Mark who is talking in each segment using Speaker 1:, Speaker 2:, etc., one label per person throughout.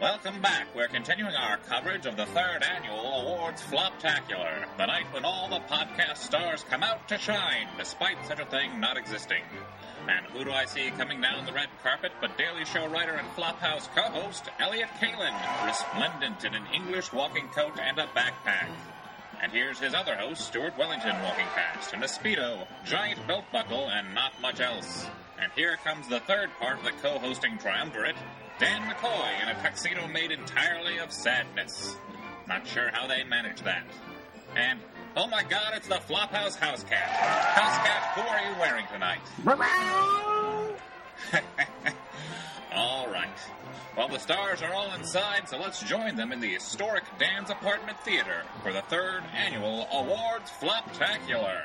Speaker 1: Welcome back. We're continuing our coverage of the third annual Awards Floptacular, the night when all the podcast stars come out to shine, despite such a thing not existing. And who do I see coming down the red carpet but Daily Show writer and Flophouse co host Elliot Kalin, resplendent in an English walking coat and a backpack? And here's his other host, Stuart Wellington, walking past in a Speedo, giant belt buckle, and not much else. And here comes the third part of the co hosting triumvirate, Dan McCoy in a tuxedo made entirely of sadness. Not sure how they manage that. And, oh my god, it's the Flophouse House Cat. House Cat, who are you wearing tonight? all right. Well, the stars are all inside, so let's join them in the historic Dan's Apartment Theater for the third annual Awards Floptacular.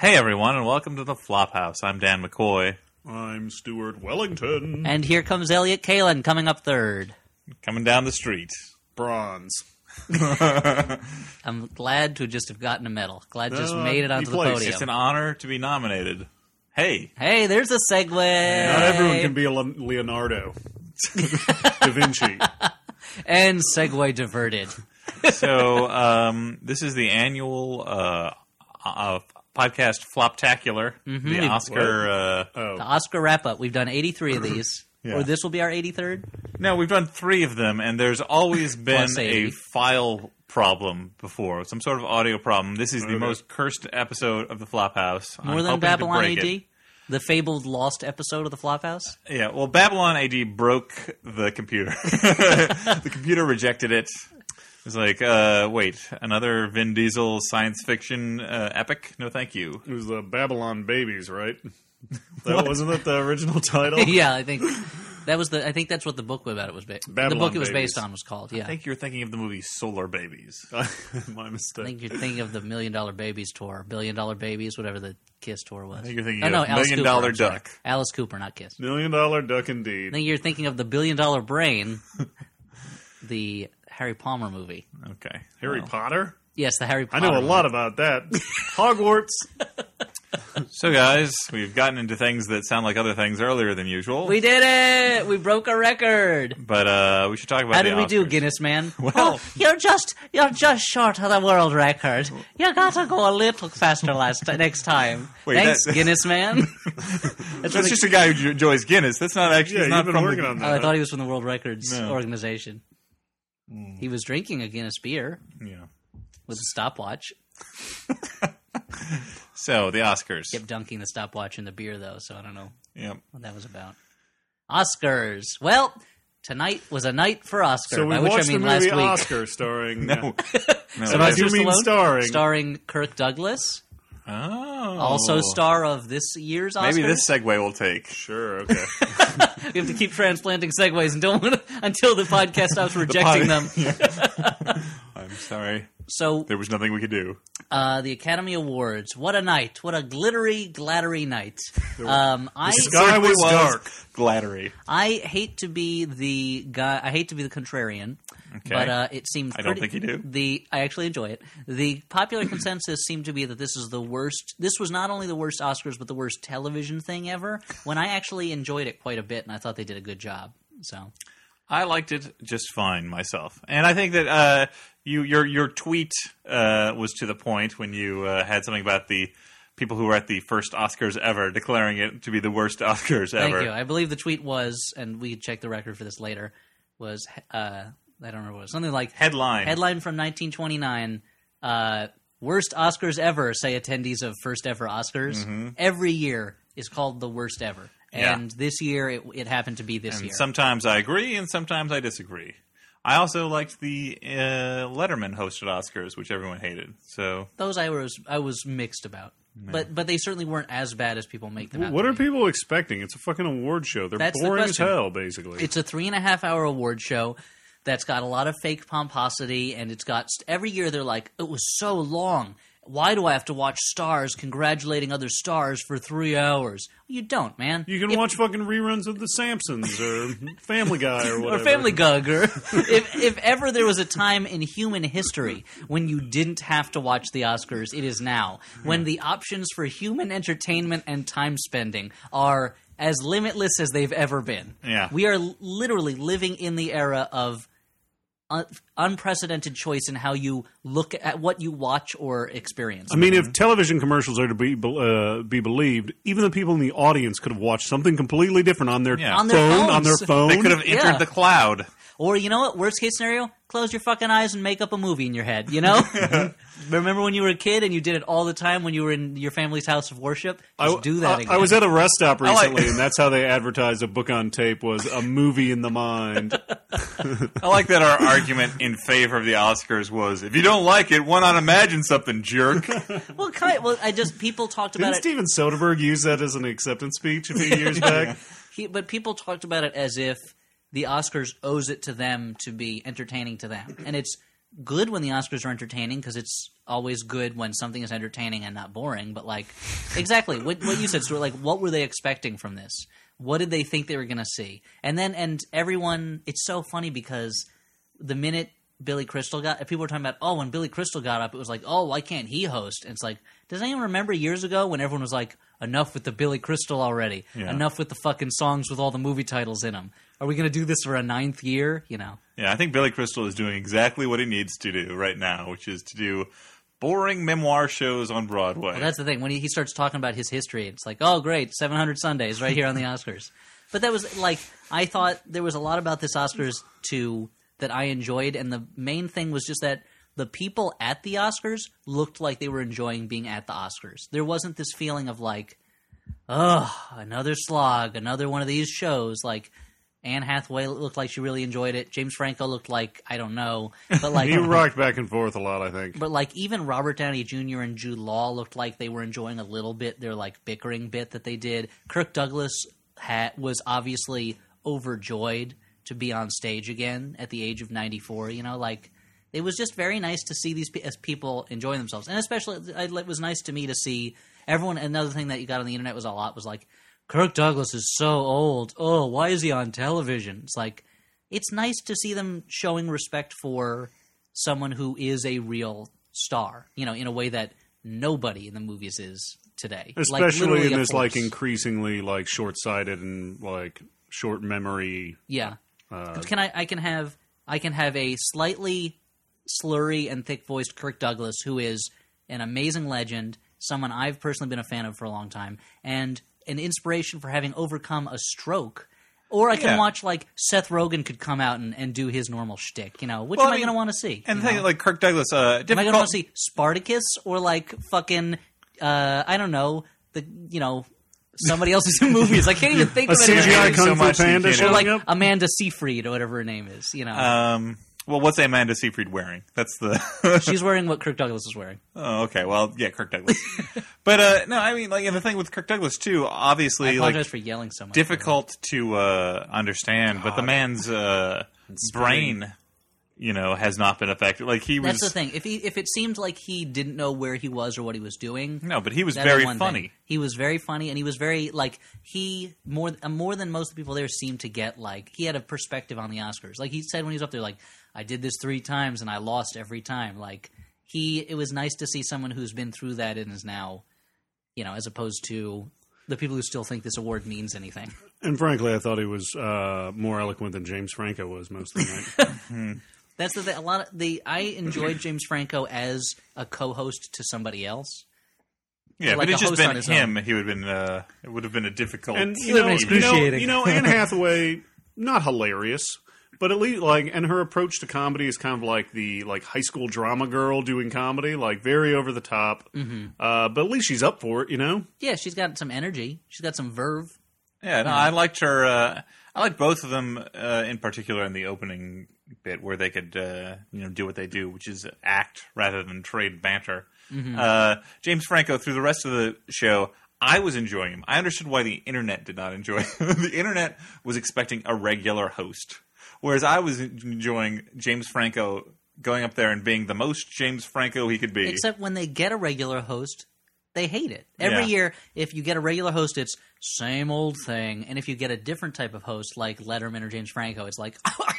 Speaker 2: Hey everyone, and welcome to the Flophouse. I'm Dan McCoy.
Speaker 3: I'm Stuart Wellington.
Speaker 4: And here comes Elliot Kalin coming up third.
Speaker 2: Coming down the street.
Speaker 3: Bronze.
Speaker 4: I'm glad to just have gotten a medal. Glad just
Speaker 3: Uh,
Speaker 4: made it onto
Speaker 3: he
Speaker 4: the
Speaker 3: plays.
Speaker 4: podium.
Speaker 2: It's an honor to be nominated. Hey,
Speaker 4: hey, there's a segue.
Speaker 3: Not everyone can be a Le- Leonardo da Vinci.
Speaker 4: And segue diverted.
Speaker 2: so um, this is the annual uh, uh, podcast Floptacular,
Speaker 4: Mm-hmm.
Speaker 2: the Oscar. Uh,
Speaker 4: The Oscar wrap up. We've done 83 of these.
Speaker 3: Yeah.
Speaker 4: Or this will be our 83rd.
Speaker 2: no, we've done three of them, and there's always been
Speaker 4: Plus
Speaker 2: a
Speaker 4: 80.
Speaker 2: file problem before, some sort of audio problem. This is the
Speaker 3: Okay.
Speaker 2: most cursed episode of the Flophouse.
Speaker 4: More
Speaker 2: I'm hoping
Speaker 4: than
Speaker 2: to
Speaker 4: Babylon
Speaker 2: break
Speaker 4: AD.
Speaker 2: it.
Speaker 4: The fabled lost episode of the Flophouse.
Speaker 2: Yeah, well, Babylon AD broke the computer. the computer rejected it. It was like, uh, wait, another Vin Diesel science fiction uh, epic? No, thank you.
Speaker 3: It was the Babylon Babies, right? That wasn't that the original title?
Speaker 4: yeah, I think that was the. I think that's what the book about it was based. The
Speaker 3: Babylon
Speaker 4: book it was
Speaker 3: Babies.
Speaker 4: based on was called. Yeah,
Speaker 2: I think you're thinking of the movie Solar Babies.
Speaker 4: Uh,
Speaker 3: My
Speaker 4: I
Speaker 3: mistake.
Speaker 4: think you're thinking of the Million Dollar Babies tour, Billion Dollar Babies, whatever the Kiss tour was. I
Speaker 2: think you're thinking
Speaker 4: no, no,
Speaker 2: of
Speaker 4: Alice
Speaker 2: Million
Speaker 4: Cooper,
Speaker 2: Dollar
Speaker 4: I'm sorry.
Speaker 2: Duck.
Speaker 4: Alice Cooper, not Kiss.
Speaker 3: Million Dollar Duck
Speaker 4: I
Speaker 3: indeed.
Speaker 4: think you're thinking of the Billion Dollar Brain, the Harry Palmer movie.
Speaker 2: Okay.
Speaker 3: Harry
Speaker 4: oh.
Speaker 2: Well.
Speaker 3: Potter?
Speaker 4: Yes, the Harry
Speaker 3: I
Speaker 4: Potter.
Speaker 3: know a lot about that. Hogwarts.
Speaker 2: So, guys, we've gotten into things that sound like other things earlier than usual.
Speaker 4: We did it! We broke a record.
Speaker 2: but uh, we should talk about
Speaker 4: How
Speaker 2: the
Speaker 4: did we do,
Speaker 2: Oscars.
Speaker 4: Guinness man?
Speaker 2: Well-
Speaker 4: oh, you're just you're just short of the world record. You gotta go a little faster last next time.
Speaker 2: Wait,
Speaker 4: Thanks,
Speaker 2: that-
Speaker 4: Guinness man. That's what
Speaker 2: That's
Speaker 4: it-
Speaker 2: just a guy who enjoys Guinness. That's not actually
Speaker 3: Yeah,
Speaker 2: it's not
Speaker 3: you've been
Speaker 2: from the-
Speaker 3: working on
Speaker 4: Oh, I
Speaker 3: that.
Speaker 4: thought he was from the World Records
Speaker 2: No. Hmm.
Speaker 4: organization. He was drinking a Guinness beer
Speaker 2: Yeah.
Speaker 4: with a stopwatch.
Speaker 2: So, the Oscars.
Speaker 4: Kept dunking the stopwatch in the beer though, so I don't know
Speaker 2: Yep.
Speaker 4: what that was about. Oscars. Well, tonight was a night for Oscar,
Speaker 3: so we
Speaker 4: by which I
Speaker 3: watched
Speaker 4: mean
Speaker 3: the
Speaker 4: last
Speaker 3: movie
Speaker 4: week.
Speaker 3: Oscar starring. uh,
Speaker 2: No. no
Speaker 3: So I
Speaker 2: it's-
Speaker 3: do mean
Speaker 4: Stallone?
Speaker 3: starring.
Speaker 4: starring Kirk Douglas,
Speaker 2: oh.
Speaker 4: also star of this year's Oscars.
Speaker 2: Maybe this segue will take.
Speaker 3: Sure, okay.
Speaker 4: We have to keep transplanting segues until until the podcast stops rejecting them.
Speaker 2: I'm sorry.
Speaker 4: So
Speaker 2: There was nothing we could do.
Speaker 4: uh, the Academy Awards. What a night! What a glittery, glattery night! Um, I
Speaker 3: sky was dark.
Speaker 2: Glattery.
Speaker 4: I hate to be the guy. I hate to be the contrarian, but uh, it seems
Speaker 2: I don't
Speaker 4: pretty-
Speaker 2: think you do.
Speaker 4: The I actually enjoy it. The popular consensus seemed to be that this is the worst. This was not only the worst Oscars, but the worst television thing ever. When I actually enjoyed it quite a bit, and I thought they did a good job. So
Speaker 2: I liked it just fine myself, and I think that uh, you your your tweet uh, was to the point when you uh, had something about the people who were at the first Oscars ever declaring it to be the worst Oscars
Speaker 4: Thank
Speaker 2: ever.
Speaker 4: you. I believe the tweet was, and we can check the record for this later. Was uh, I don't remember what it was something like
Speaker 2: Headline.
Speaker 4: headline from 1929. Uh, worst Oscars ever, say attendees of first ever Oscars.
Speaker 3: Mm-hmm.
Speaker 4: Every year is called the worst ever,
Speaker 2: Yeah.
Speaker 4: and this year it, it happened to be this
Speaker 2: And
Speaker 4: year.
Speaker 2: sometimes I agree, and sometimes I disagree. I also liked the uh, Letterman hosted Oscars, which everyone hated. So
Speaker 4: Those I was I was mixed about, but but they certainly weren't as bad as people make them out.
Speaker 3: What
Speaker 4: to
Speaker 3: are
Speaker 4: be.
Speaker 3: people expecting? It's a fucking award show. They're
Speaker 4: That's the
Speaker 3: boring as
Speaker 4: question.
Speaker 3: hell, basically.
Speaker 4: It's a three and a half hour award show that's got a lot of fake pomposity, and it's got every year they're like, it was so long. Why do I have to watch stars congratulating other stars for three hours? You don't, man.
Speaker 3: You can
Speaker 4: If-
Speaker 3: watch fucking reruns of The Simpsons or Family Guy or
Speaker 4: or
Speaker 3: whatever.
Speaker 4: Family Gugger. if if ever there was a time in human history when you didn't have to watch the Oscars, it is now. When the options for human entertainment and time spending are as limitless as they've ever been.
Speaker 2: Yeah.
Speaker 4: We are l- literally living in the era of un- unprecedented choice in how you look at what you watch or experience.
Speaker 3: I mean, if television commercials are to be uh, be believed, even the people in the audience could have watched something completely different on their
Speaker 2: Yeah.
Speaker 3: phone,
Speaker 4: On their
Speaker 3: on their
Speaker 4: phones.
Speaker 3: phone.
Speaker 2: They could have entered
Speaker 4: Yeah.
Speaker 2: the cloud.
Speaker 4: Or you know what? Worst case scenario, close your fucking eyes and make up a movie in your head. You know, remember when you were a kid and you did it all the time when you were in your family's house of worship? Just
Speaker 3: I-
Speaker 4: do that
Speaker 3: I,
Speaker 4: again.
Speaker 3: I was at a rest stop
Speaker 2: like-
Speaker 3: recently, and that's how they advertised a book on tape was a movie in the mind.
Speaker 2: I like that our argument in favor of the Oscars was if you don't like it, why not imagine something, jerk?
Speaker 4: well, kind well, I just people talked about
Speaker 3: Didn't
Speaker 4: it.
Speaker 3: Steven Soderbergh use that as an acceptance speech a few years back?
Speaker 4: He, but people talked about it as if the Oscars owes it to them to be entertaining to them, and it's good when the Oscars are entertaining because it's always good when something is entertaining and not boring. But like, exactly what, what you said, Stuart. Like, what were they expecting from this? What did they think they were going to see? And then, and everyone, it's so funny because the minute Billy Crystal got, people were talking about, oh, when Billy Crystal got up, it was like, oh, why can't he host? And it's like, does anyone remember years ago when everyone was like, enough with the Billy Crystal already? Enough with the fucking songs with all the movie titles in them. Are we going to do this for a ninth year? You know,
Speaker 2: yeah, I think Billy Crystal is doing exactly what he needs to do right now, which is to do boring memoir shows on Broadway.
Speaker 4: well, that's the thing. When he, he starts talking about his history, it's like, oh, great, 700 Sundays right here on the Oscars. But that was like, I thought there was a lot about this Oscars too that I enjoyed, and the main thing was just that the people at the Oscars looked like they were enjoying being at the Oscars. There wasn't this feeling of like, ugh, another slog, another one of these shows. Like, Anne Hathaway looked like she really enjoyed it. James Franco looked like I don't know, but like
Speaker 3: He rocked back and forth a lot, I think.
Speaker 4: but like even Robert Downey Jr. and Jude Law looked like they were enjoying a little bit their like bickering bit that they did. Kirk Douglas ha was obviously overjoyed to be on stage again at the age of 94. You know, like it was just very nice to see these pe- as people enjoying themselves, and especially I- it was nice to me to see everyone. Another thing that you got on the internet was a lot was like Kirk Douglas is so old. Oh, why is he on television? It's like it's nice to see them showing respect for someone who is a real star, you know, in a way that nobody in the movies is today. Like,
Speaker 3: Especially
Speaker 4: literally
Speaker 3: in
Speaker 4: a
Speaker 3: this like
Speaker 4: force.
Speaker 3: increasingly like short sighted and like short memory
Speaker 4: yeah.
Speaker 2: Uh,
Speaker 4: can I? I can have I can have a slightly slurry and thick voiced Kirk Douglas who is an amazing legend, someone I've personally been a fan of for a long time, and an inspiration for having overcome a stroke. Or I can
Speaker 2: Yeah.
Speaker 4: watch like Seth Rogen could come out and, and do his normal shtick, you know. Which
Speaker 2: Well,
Speaker 4: am
Speaker 2: I
Speaker 4: I,
Speaker 2: mean-
Speaker 4: going to want to see?
Speaker 2: and
Speaker 4: you
Speaker 2: the thing,
Speaker 4: know?
Speaker 2: like Kirk Douglas, uh,
Speaker 4: Am I
Speaker 2: difficult.
Speaker 4: going to want to see Spartacus or like fucking uh, I don't know the you know somebody else's movies? I can't even think
Speaker 3: a
Speaker 4: of any
Speaker 3: CGI
Speaker 2: Thank you so
Speaker 3: kung fu
Speaker 2: much,
Speaker 3: panda
Speaker 2: Eugene.
Speaker 4: Or
Speaker 3: showing
Speaker 4: like
Speaker 3: up.
Speaker 4: Amanda Seyfried or whatever her name is. You know,
Speaker 2: um, well, what's Amanda Seyfried wearing? That's the
Speaker 4: she's wearing what Kirk Douglas is wearing.
Speaker 2: Oh, okay. Well, yeah, Kirk Douglas. but uh, no, I mean, like, and the thing with Kirk Douglas too,
Speaker 4: I
Speaker 2: obviously,
Speaker 4: apologize
Speaker 2: like,
Speaker 4: for yelling so much.
Speaker 2: difficult to uh, understand. But the man's uh, brain, you know, has not been affected. Like he
Speaker 4: That's the
Speaker 2: was
Speaker 4: thing. If he if it seemed like he didn't know where he was or what he was doing,
Speaker 2: no, but he was
Speaker 4: That'd be
Speaker 2: very
Speaker 4: one
Speaker 2: funny.
Speaker 4: thing. He was very funny, and he was very like he more uh, more than most people there seemed to get. Like he had a perspective on the Oscars. Like he said when he was up there, like I did this three times and I lost every time. Like he, it was nice to see someone who's been through that and is now, you know, as opposed to the people who still think this award means anything.
Speaker 3: And frankly, I thought he was uh, more eloquent than James Franco was most of the night.
Speaker 4: That's the thing. A lot of the I enjoyed James Franco as a co-host to somebody else.
Speaker 2: Yeah,
Speaker 4: Like
Speaker 2: but it's
Speaker 4: a
Speaker 2: just
Speaker 4: host on
Speaker 2: been
Speaker 4: his
Speaker 2: him. He would have been. Uh, it would have been a difficult.
Speaker 3: and you
Speaker 4: Would've
Speaker 3: know,
Speaker 4: been
Speaker 3: you know,
Speaker 4: excruciating.
Speaker 3: you know, Anne Hathaway, not hilarious, but at least like, and her approach to comedy is kind of like the like high school drama girl doing comedy, like very over the top.
Speaker 4: Mm-hmm.
Speaker 3: Uh, but at least she's up for it, you know.
Speaker 4: Yeah, she's got some energy. She's got some verve.
Speaker 2: yeah, no, I liked her. Uh, I liked both of them uh, in particular in the opening bit where they could, uh, you know, do what they do, which is act rather than trade banter. Uh, James Franco through the rest of the show. I was enjoying him. I understood why the internet did not enjoy him. the internet was expecting a regular host, whereas I was enjoying James Franco going up there and being the most James Franco he could be.
Speaker 4: Except when they get a regular host, they hate it. Every
Speaker 2: Yeah.
Speaker 4: year, if you get a regular host, it's same old thing. And if you get a different type of host, like Letterman or James Franco, it's like, "Oh,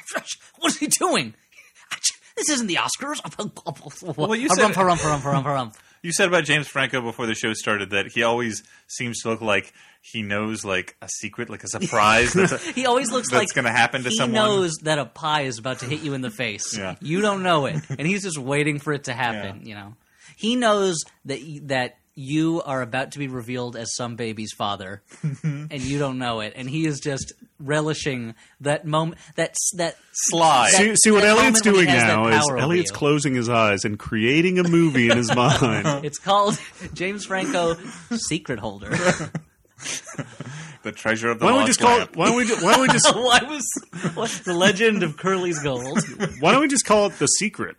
Speaker 4: what is he doing? This isn't the Oscars.
Speaker 2: Well, you said-
Speaker 4: Harumph, harumph, harumph, harumph, harumph.
Speaker 2: You said about James Franco before the show started that he always seems to look like he knows like a secret, like a surprise. that's a,
Speaker 4: He always looks
Speaker 2: That's
Speaker 4: like
Speaker 2: gonna happen to
Speaker 4: he
Speaker 2: someone.
Speaker 4: knows that a pie is about to hit you in the face.
Speaker 2: Yeah.
Speaker 4: You don't know it, and he's just waiting for it to happen. You know, he knows that y- that you are about to be revealed as some baby's father, and you don't know it, and he is just relishing that moment. That s- that
Speaker 2: Sly.
Speaker 4: That-
Speaker 3: See, see what
Speaker 4: that
Speaker 3: Elliot's
Speaker 4: moment when he
Speaker 3: doing
Speaker 4: has that
Speaker 3: now is
Speaker 4: power over
Speaker 3: Elliot's
Speaker 4: you.
Speaker 3: closing his eyes and creating a movie in his mind.
Speaker 4: it's called James Franco Secret Holder.
Speaker 2: the treasure of the
Speaker 3: Why
Speaker 4: Oh,
Speaker 3: don't we
Speaker 2: lost
Speaker 3: just call
Speaker 2: lamp.
Speaker 3: it? Why don't we? ju- Why don't we just?
Speaker 4: Why was what, the legend of Curly's Gold?
Speaker 3: Why don't we just call it the secret?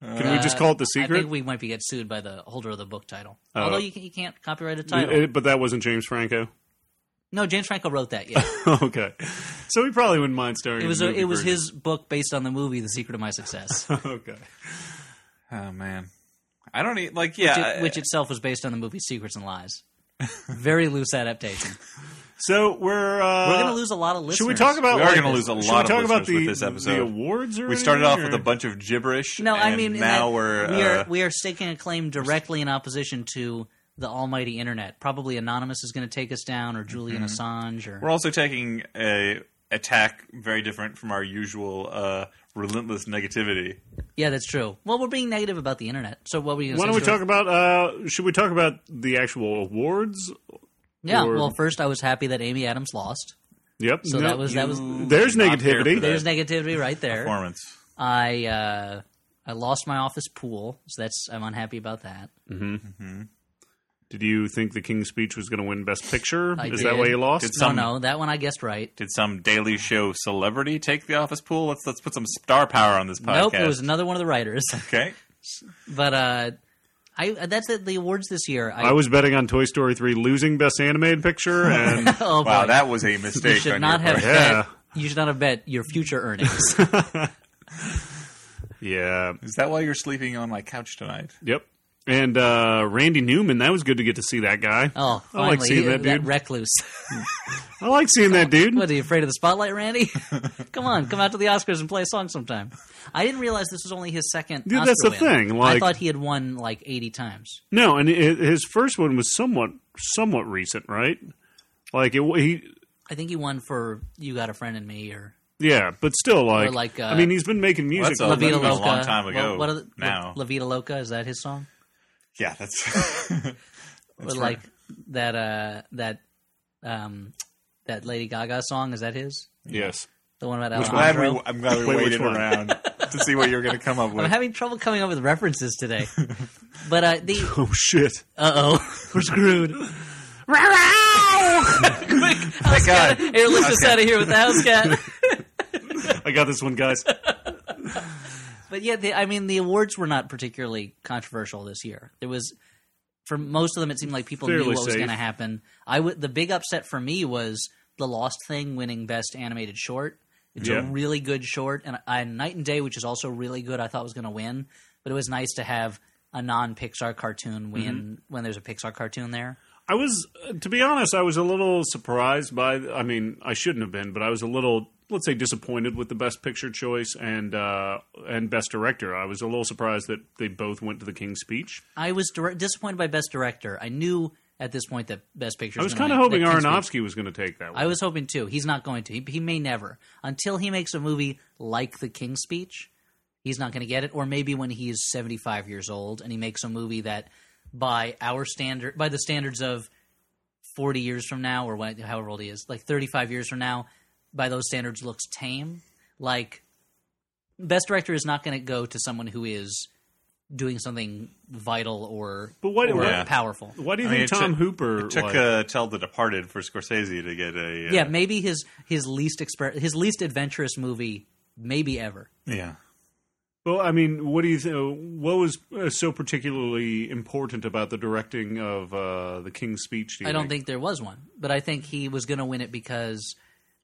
Speaker 3: Can we just call it the
Speaker 4: I
Speaker 3: secret?
Speaker 4: think we might be get sued by the holder of the book title. Although you, can, you can't copyright a title.
Speaker 3: Uh, but that wasn't James Franco.
Speaker 4: no, James Franco wrote that. Yeah,
Speaker 3: okay, so he probably wouldn't mind starring.
Speaker 4: it was
Speaker 3: in
Speaker 4: a,
Speaker 3: the movie
Speaker 4: it was
Speaker 3: version.
Speaker 4: his book based on the movie The Secret of My Success,
Speaker 3: okay.
Speaker 2: Oh man, I don't e like. Yeah,
Speaker 4: which itself was based on the movie Secrets and Lies. Very loose adaptation.
Speaker 3: So we're uh,
Speaker 4: We're going to lose a lot of listeners.
Speaker 3: Should we talk about?
Speaker 2: We are
Speaker 3: like,
Speaker 2: gonna lose a
Speaker 3: should
Speaker 2: lot
Speaker 3: we
Speaker 2: of
Speaker 3: talk about
Speaker 2: listeners
Speaker 3: the,
Speaker 2: with this episode.
Speaker 3: the awards. Or
Speaker 2: we started off with
Speaker 3: anything,
Speaker 2: a
Speaker 3: or-
Speaker 2: bunch of gibberish.
Speaker 4: No, I
Speaker 2: and
Speaker 4: mean in
Speaker 2: now
Speaker 4: that
Speaker 2: we're
Speaker 4: we
Speaker 2: uh,
Speaker 4: are we are staking a claim directly in opposition to the almighty internet. Probably Anonymous is going to take us down, or Julian
Speaker 3: Mm-hmm.
Speaker 4: Assange, or
Speaker 2: We're also taking a attack very different from our usual uh, relentless negativity.
Speaker 4: yeah, that's true. Well, we're being negative about the internet. So what were you? Gonna
Speaker 3: Why
Speaker 4: say,
Speaker 3: don't we
Speaker 4: Stuart?
Speaker 3: talk about? Uh, should we talk about the actual awards?
Speaker 4: Yeah.
Speaker 3: or-
Speaker 4: Well, first I was happy that Amy Adams lost.
Speaker 3: Yep.
Speaker 4: So that was- that was-
Speaker 2: You
Speaker 3: There's
Speaker 2: not care
Speaker 3: negativity.
Speaker 2: for that
Speaker 4: There's negativity right there.
Speaker 2: performance.
Speaker 4: I uh, I lost my office pool, so that's I'm unhappy about that.
Speaker 3: Did you think the King's Speech was going to win Best Picture?
Speaker 4: I
Speaker 3: Is
Speaker 4: did.
Speaker 3: that why you lost?
Speaker 2: Did some-
Speaker 4: no, no, that one I guessed right.
Speaker 2: Did some Daily Show celebrity take the office pool? Let's let's put some star power on this podcast.
Speaker 4: Nope, it was another one of the writers.
Speaker 2: okay.
Speaker 4: but uh, I that's it, the awards this year. I,
Speaker 3: I was betting on Toy Story 3 losing Best Animated Picture, and
Speaker 4: oh,
Speaker 2: Wow,
Speaker 4: boy.
Speaker 2: that was a
Speaker 4: you
Speaker 2: mistake.
Speaker 4: should
Speaker 2: on
Speaker 4: not
Speaker 2: your
Speaker 4: have
Speaker 2: part.
Speaker 3: Yeah.
Speaker 4: bet. You should not have bet your future earnings.
Speaker 3: yeah,
Speaker 2: Is that why you're sleeping on my couch tonight?
Speaker 3: yep. And uh, Randy Newman, that was good to get to see that guy.
Speaker 4: Oh,
Speaker 3: I like
Speaker 4: finally,
Speaker 3: seeing that dude.
Speaker 4: recluse.
Speaker 3: I like seeing that dude.
Speaker 4: What are you afraid of the spotlight, Randy? come on, come out to the Oscars and play a song sometime. I didn't realize this was only his second.
Speaker 3: Dude,
Speaker 4: Oscar
Speaker 3: that's the
Speaker 4: win.
Speaker 3: thing,
Speaker 4: I
Speaker 3: like-
Speaker 4: thought he had won like eighty times.
Speaker 3: No, and i his first one was somewhat somewhat recent, right? Like it, he,
Speaker 4: I think he won for "You Got a Friend in Me" or
Speaker 3: yeah, but still, like,
Speaker 4: like,
Speaker 3: I
Speaker 4: uh,
Speaker 3: mean, he's been making music.
Speaker 2: that's a-
Speaker 4: La
Speaker 2: Oh, that
Speaker 4: Vida
Speaker 2: was a
Speaker 4: Loca.
Speaker 2: long time ago
Speaker 4: What, what are the,
Speaker 2: now.
Speaker 4: La Vida Loca is that his song?
Speaker 2: Yeah, that's
Speaker 4: Or like that uh that um that Lady Gaga song is that his?
Speaker 3: yes,
Speaker 4: The one about
Speaker 2: I'm
Speaker 4: Alejandro.
Speaker 2: glad we, I'm glad we
Speaker 3: Wait, which
Speaker 2: waited
Speaker 3: one?
Speaker 2: around to see what you were going to come up
Speaker 4: I'm
Speaker 2: with.
Speaker 4: having trouble coming up with references today. but uh the
Speaker 3: oh shit,
Speaker 4: uh oh, we're screwed. Quick, house
Speaker 2: God.
Speaker 4: cat. Here, let's just out of here with the house cat.
Speaker 3: I got this one, guys.
Speaker 4: But yeah, the, I mean, the awards were not particularly controversial this year. There was, for most of them, it seemed like people knew
Speaker 3: Fairly
Speaker 4: what was
Speaker 3: safe.
Speaker 4: going to happen. I w- the big upset for me was the Lost Thing winning Best Animated Short. It's
Speaker 3: Yeah.
Speaker 4: a really good short, and I, Night and Day, which is also really good, I thought was going to win. But it was nice to have a non-Pixar cartoon win
Speaker 3: Mm-hmm.
Speaker 4: when there's a Pixar cartoon there.
Speaker 3: I was, uh, to be honest, I was a little surprised by. I mean, I shouldn't have been, but I was a little, let's say, disappointed with the best picture choice and uh, and best director. I was a little surprised that they both went to the King's Speech.
Speaker 4: I was dire- disappointed by Best Director. I knew at this point that Best Picture.
Speaker 3: I was
Speaker 4: gonna
Speaker 3: kind of
Speaker 4: win-
Speaker 3: hoping
Speaker 4: that King's Speech-
Speaker 3: Aronofsky was going to take that one.
Speaker 4: I was hoping too. He's not going to. He, he may never. Until he makes a movie like The King's Speech, he's not going to get it. Or maybe when he is 75 years old and he makes a movie that, by our standard, by the standards of 40 years from now, or when, however old he is, like 35 years from now, by those standards looks tame. Like, best director is not going to go to someone who is doing something vital or,
Speaker 3: But why-
Speaker 4: or
Speaker 2: Yeah.
Speaker 4: powerful.
Speaker 3: Why do you
Speaker 2: I mean,
Speaker 3: think
Speaker 2: it
Speaker 3: Tom
Speaker 2: took-
Speaker 3: Hooper
Speaker 2: It took
Speaker 3: like-
Speaker 2: uh, Tell the Departed for Scorsese to get a. Uh,
Speaker 4: yeah, maybe his his least exper- his least adventurous movie maybe ever.
Speaker 2: Yeah.
Speaker 3: Well, I mean, what do you think? What was uh, so particularly important about the directing of uh, the King's Speech? Do you
Speaker 4: I don't think there was one, but I think he was going to win it because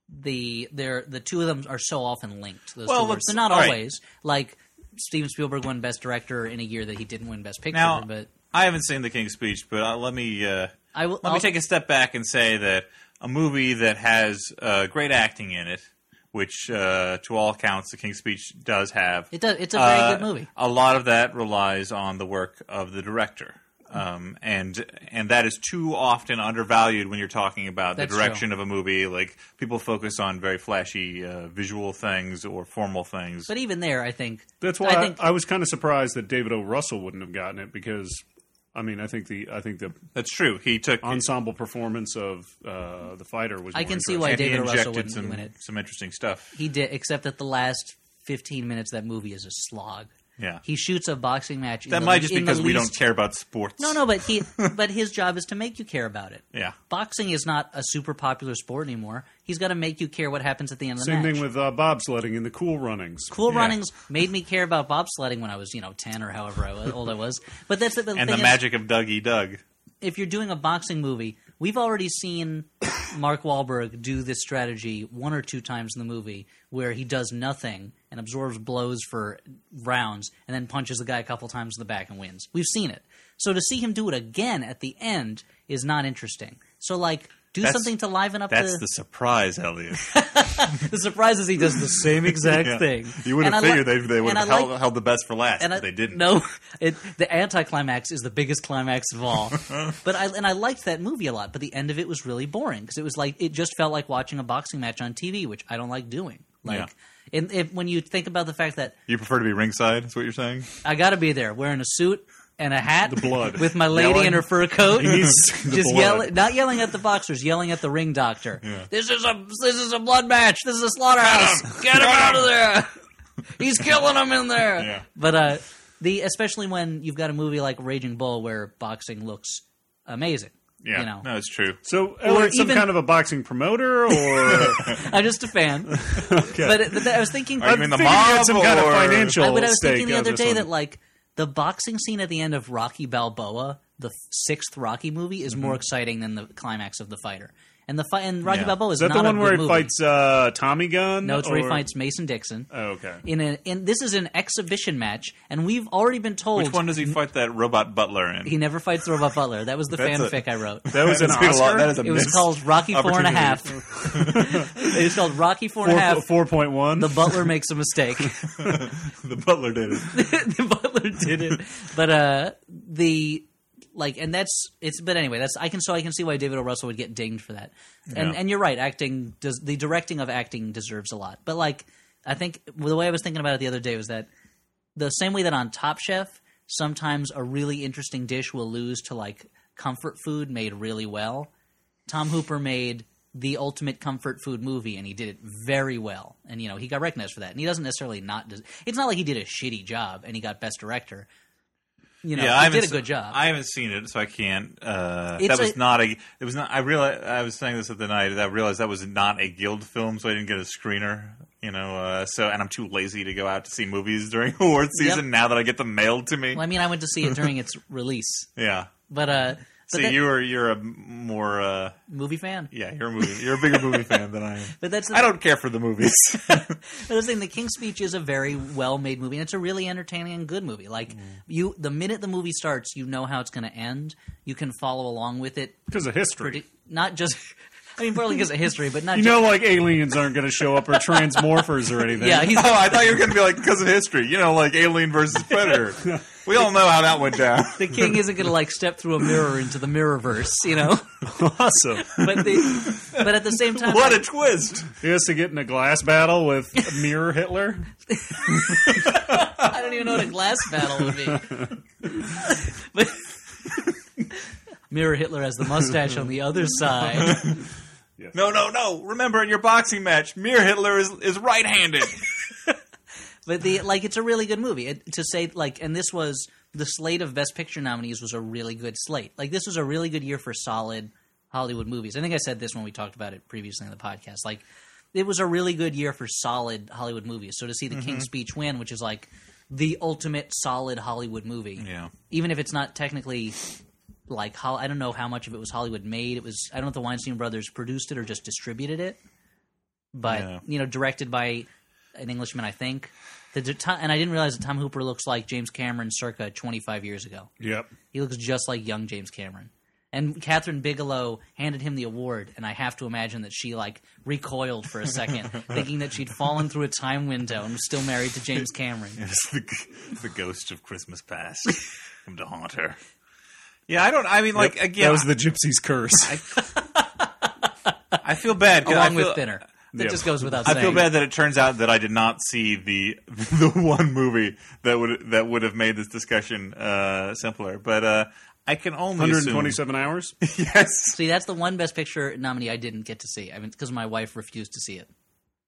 Speaker 4: the they're, the two of them are so often linked. Those
Speaker 2: Well,
Speaker 4: two words.
Speaker 2: let's-
Speaker 4: They're not
Speaker 2: all right.
Speaker 4: always like Steven Spielberg won Best Director in a year that he didn't win Best Picture.
Speaker 2: Now-
Speaker 4: but
Speaker 2: I haven't seen The King's Speech, but uh, let me uh,
Speaker 4: I will.
Speaker 2: let
Speaker 4: I'll-
Speaker 2: me take a step back and say that a movie that has uh, great acting in it, which uh, to all accounts the King's Speech does have.
Speaker 4: It does. It's a very good
Speaker 2: Uh,
Speaker 4: movie.
Speaker 2: A lot of that relies on the work of the director. Um, and and that is too often undervalued when you're talking about
Speaker 4: That's
Speaker 2: the direction of a movie. Like people focus on very flashy uh, visual things or formal things.
Speaker 4: But even there, I think
Speaker 3: That's why I,
Speaker 4: I think
Speaker 3: I was kind of surprised that David O. Russell wouldn't have gotten it because, I mean, I think the I think the
Speaker 2: That's true. He took
Speaker 3: ensemble performance of uh, the fighter was.
Speaker 4: I
Speaker 3: more
Speaker 4: can see
Speaker 3: interesting.
Speaker 4: why
Speaker 2: and he
Speaker 4: David O. Russell
Speaker 2: injected
Speaker 4: wouldn't
Speaker 2: some
Speaker 4: win it.
Speaker 2: some interesting stuff.
Speaker 4: he did, except that the last fifteen minutes of that movie is a slog.
Speaker 2: Yeah,
Speaker 4: He shoots a boxing match. in
Speaker 2: that
Speaker 4: the-
Speaker 2: might just
Speaker 4: in the
Speaker 2: because we don't
Speaker 4: least-
Speaker 2: care about sports.
Speaker 4: No, no, but he, but his job is to make you care about it.
Speaker 2: Yeah,
Speaker 4: Boxing is not a super popular sport anymore. He's got to make you care what happens at the end of the
Speaker 3: Same
Speaker 4: match.
Speaker 3: thing with uh, bobsledding and the cool runnings.
Speaker 4: Cool
Speaker 2: Yeah.
Speaker 4: runnings made me care about bobsledding when I was, you know, ten or however I was, old I was. But that's the, the
Speaker 2: and
Speaker 4: thing
Speaker 2: the
Speaker 4: is,
Speaker 2: magic of Dougie Doug.
Speaker 4: if you're doing a boxing movie, we've already seen Mark Wahlberg do this strategy one or two times in the movie, where he does nothing and absorbs blows for rounds, and then punches the guy a couple times in the back and wins. We've seen it. So to see him do it again at the end is not interesting. So like. Do
Speaker 2: That's-
Speaker 4: something to liven up
Speaker 2: That's
Speaker 4: the,
Speaker 2: the surprise, Elliot.
Speaker 4: the surprise is he does the same exact
Speaker 2: Yeah.
Speaker 4: thing.
Speaker 2: You would have
Speaker 4: And I
Speaker 2: figured
Speaker 4: li-
Speaker 2: they, they would
Speaker 4: and
Speaker 2: have
Speaker 4: I
Speaker 2: held,
Speaker 4: like-
Speaker 2: held the best for last,
Speaker 4: and
Speaker 2: but
Speaker 4: I-
Speaker 2: they didn't.
Speaker 4: No, it, the anticlimax is the biggest climax of all. but I and I liked that movie a lot, but the end of it was really boring because it was like it just felt like watching a boxing match on TV, which I don't like doing. Like, and if, when you think about the fact that
Speaker 2: You prefer to be ringside, is what you're saying?
Speaker 4: I got to be there wearing a suit and a hat, the
Speaker 3: blood.
Speaker 4: with my lady in her fur coat, just
Speaker 2: blood.
Speaker 4: yelling, not yelling at the boxers, yelling at the ring doctor. This is a this is a blood match. This is a slaughterhouse. Get him, out of there. He's killing him in there.
Speaker 2: Yeah.
Speaker 4: But uh, the especially when you've got a movie like Raging Bull where boxing looks amazing.
Speaker 2: Yeah.
Speaker 4: You know,
Speaker 2: No, it's true.
Speaker 3: So, Elliot, some
Speaker 4: even-
Speaker 3: kind of a boxing promoter, or
Speaker 4: I'm just a fan. But, but I was thinking,
Speaker 2: Are you in the
Speaker 3: Figured you had
Speaker 2: mob
Speaker 3: some kind of
Speaker 2: or-
Speaker 3: financial
Speaker 4: I, but I was
Speaker 3: stake
Speaker 4: thinking the
Speaker 3: on
Speaker 4: other
Speaker 3: this
Speaker 4: day
Speaker 3: one.
Speaker 4: that like the boxing scene at the end of Rocky Balboa, the f- sixth Rocky movie, is more exciting than the climax of the fighter. And the fight and Rocky
Speaker 2: Yeah.
Speaker 4: Balboa is,
Speaker 3: is that
Speaker 4: not
Speaker 3: the
Speaker 4: a
Speaker 3: one
Speaker 4: good
Speaker 3: where he
Speaker 4: movie.
Speaker 3: fights uh, Tommy Gun?
Speaker 4: No, it's where he
Speaker 3: or-
Speaker 4: fights Mason Dixon.
Speaker 3: Oh, okay.
Speaker 4: in a in this is an exhibition match, and we've already been told
Speaker 2: Which one does he fight that robot butler in?
Speaker 4: he never fights Robot Butler. That was the
Speaker 2: That's a-
Speaker 4: fanfic I wrote.
Speaker 3: That was an
Speaker 2: That's a lot-
Speaker 3: Oscar.
Speaker 2: that is a
Speaker 4: It was
Speaker 2: missed
Speaker 4: called Rocky Four and a
Speaker 2: opportunity.
Speaker 4: Half. it was called Rocky Four and a Half.
Speaker 3: four point one.
Speaker 4: The Butler makes a mistake.
Speaker 2: the butler did it.
Speaker 4: the butler did it. But uh the like and that's it's but anyway, that's I can so I can see why David O. Russell would get dinged for that. And
Speaker 2: Yeah.
Speaker 4: and you're right, acting does the directing of acting deserves a lot. But like I think the way I was thinking about it the other day was that the same way that on Top Chef, sometimes a really interesting dish will lose to like comfort food made really well. Tom Hooper made the ultimate comfort food movie, and he did it very well. And you know he got recognized for that. And he doesn't necessarily not. Des- it's not like he did a shitty job, and he got best director. You know,
Speaker 2: yeah, I
Speaker 4: he
Speaker 2: haven't
Speaker 4: did a
Speaker 2: se-
Speaker 4: good job.
Speaker 2: I haven't seen it, so I can't. Uh,
Speaker 4: It's
Speaker 2: that was
Speaker 4: a-
Speaker 2: not a. It was not. I realized I was saying this at the night. and I realized that was not a guild film, so I didn't get a screener. You know, uh, so and I'm too lazy to go out to see movies during award season. Now that I get them mailed to me,
Speaker 4: well, I mean, I went to see it during its release,
Speaker 2: yeah.
Speaker 4: but uh, but
Speaker 2: See,
Speaker 4: that-
Speaker 2: you're you're a more uh,
Speaker 4: movie fan.
Speaker 2: yeah, you're a movie, you're a bigger movie fan than I am.
Speaker 4: But that's the,
Speaker 2: I don't care for the movies.
Speaker 4: But I was saying the King's Speech is a very well made movie, and it's a really entertaining and good movie. Like you, the minute the movie starts, you know how it's going to end. You can follow along with it,
Speaker 3: Because of history.
Speaker 4: not just. I mean, partly because of history, but not
Speaker 3: You
Speaker 4: just.
Speaker 3: know, like aliens aren't going to show up or transmorphers or anything.
Speaker 4: yeah, he's
Speaker 2: oh, I thought you were going to be like because of history, you know, like Alien versus Predator. We all know how that went down.
Speaker 4: the king isn't going to like step through a mirror into the mirrorverse, you know.
Speaker 3: awesome.
Speaker 4: But the, but at the same time,
Speaker 2: What a twist!
Speaker 3: He has to get in a glass battle with Mirror Hitler.
Speaker 4: I don't even know what a glass battle would be. but mirror Hitler has the mustache on the other side.
Speaker 2: No, no, no! Remember, in your boxing match, Mir Hitler is is right-handed.
Speaker 4: But the like, it's a really good movie. It, to say like, and this was the slate of Best Picture nominees was a really good slate. Like, this was a really good year for solid Hollywood movies. I think I said this when we talked about it previously in the podcast. Like, it was a really good year for solid Hollywood movies. So to see The King's Speech win, which is like the ultimate solid Hollywood movie,
Speaker 2: Yeah.
Speaker 4: even if it's not technically like Hol- I don't know how much of it was Hollywood made. It was I don't know if the Weinstein brothers produced it or just distributed it, but
Speaker 2: Yeah.
Speaker 4: you know, directed by an Englishman, I think. The d- Tom- and I didn't realize that Tom Hooper looks like James Cameron circa 25 years ago.
Speaker 3: Yep.
Speaker 4: He looks just like young James Cameron. And Catherine Bigelow handed him the award, and I have to imagine that she like recoiled for a second, thinking that she'd fallen through a time window and was still married to James Cameron.
Speaker 2: It's the, it's the ghost of Christmas past come to haunt her. Yeah, I don't. I mean, like again,
Speaker 5: that was the gypsy's curse.
Speaker 2: I feel bad. 'cause I
Speaker 4: along
Speaker 2: feel,
Speaker 4: with dinner. That
Speaker 3: Yeah.
Speaker 4: just goes without
Speaker 2: I
Speaker 4: saying.
Speaker 2: feel bad that it turns out that I did not see the the one movie that would that would have made this discussion uh, simpler. But uh, I can only assume
Speaker 3: 127 hours.
Speaker 2: yes.
Speaker 4: See, that's the one Best Picture nominee I didn't get to see. I mean, because my wife refused to see it.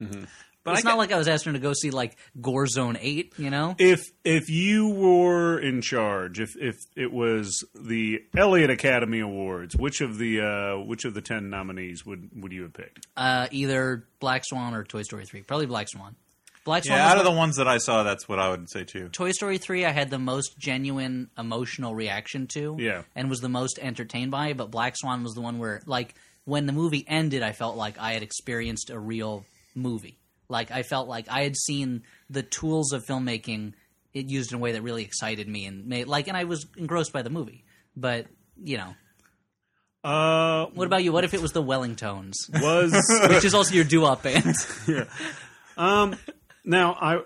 Speaker 2: Mm-hmm. But
Speaker 4: it's
Speaker 2: I
Speaker 4: not like I was asking her to go see like Gore Zone Eight, you know?
Speaker 3: If if you were in charge, if if it was the Elliott Academy Awards, which of the uh, which of the ten nominees would would you have picked?
Speaker 4: Uh, either Black Swan or Toy Story Three. Probably Black Swan. Black Swan.
Speaker 2: yeah,
Speaker 4: was
Speaker 2: out of
Speaker 4: my-
Speaker 2: the ones that I saw, that's what I would say too.
Speaker 4: Toy Story Three, I had the most genuine emotional reaction to,
Speaker 3: Yeah.
Speaker 4: and was the most entertained by. But Black Swan was the one where, like, when the movie ended, I felt like I had experienced a real movie. Like, I felt like I had seen the tools of filmmaking it used in a way that really excited me and made like, and I was engrossed by the movie. But you know,
Speaker 3: Uh,
Speaker 4: what about you? What if it was the Wellingtons,
Speaker 3: was
Speaker 4: which is also your doo-wop band?
Speaker 3: now I.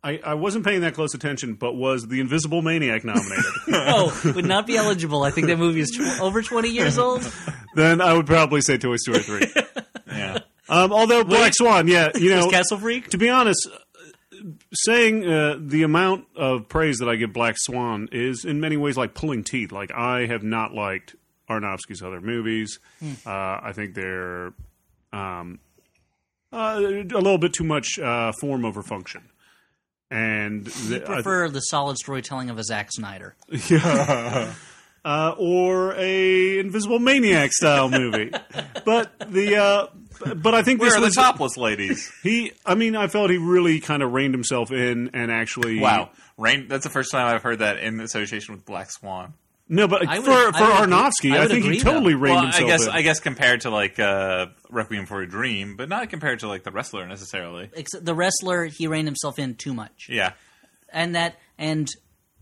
Speaker 3: I, I wasn't paying that close attention, but was the Invisible Maniac nominated?
Speaker 4: oh, would not be eligible. I think that movie is tw- over twenty years old.
Speaker 3: then I would probably say Toy Story three.
Speaker 2: Yeah,
Speaker 3: Um, although Black Swan, yeah, you know,
Speaker 4: Castle Freak.
Speaker 3: to be honest, uh, saying uh, the amount of praise that I give Black Swan is in many ways like pulling teeth. Like I have not liked Aronofsky's other movies. Uh, I think they're um, uh, a little bit too much uh, form over function. And th-
Speaker 2: Uh,
Speaker 3: I-
Speaker 4: prefer the solid storytelling of a Zack Snyder.
Speaker 3: uh, or a Invisible Maniac style movie, but the uh, b- but I think
Speaker 2: where
Speaker 3: this
Speaker 2: are the
Speaker 3: was-
Speaker 2: topless ladies?
Speaker 3: He, I mean, I felt he really kind of reined himself in and actually
Speaker 2: Wow, rain. That's the first time I've heard that in association with Black Swan.
Speaker 3: No, but
Speaker 4: I would-
Speaker 3: for
Speaker 4: I
Speaker 3: for
Speaker 4: would agree-
Speaker 3: Aronofsky,
Speaker 4: I
Speaker 3: I,
Speaker 4: would
Speaker 3: think
Speaker 4: agree,
Speaker 3: he totally
Speaker 4: though.
Speaker 3: reined
Speaker 2: well, I
Speaker 3: himself
Speaker 2: guess
Speaker 3: in.
Speaker 2: I guess compared to like uh, Requiem for a Dream, but not compared to like the Wrestler necessarily.
Speaker 4: Except the wrestler, he reined himself in too much,
Speaker 2: Yeah,
Speaker 4: and that and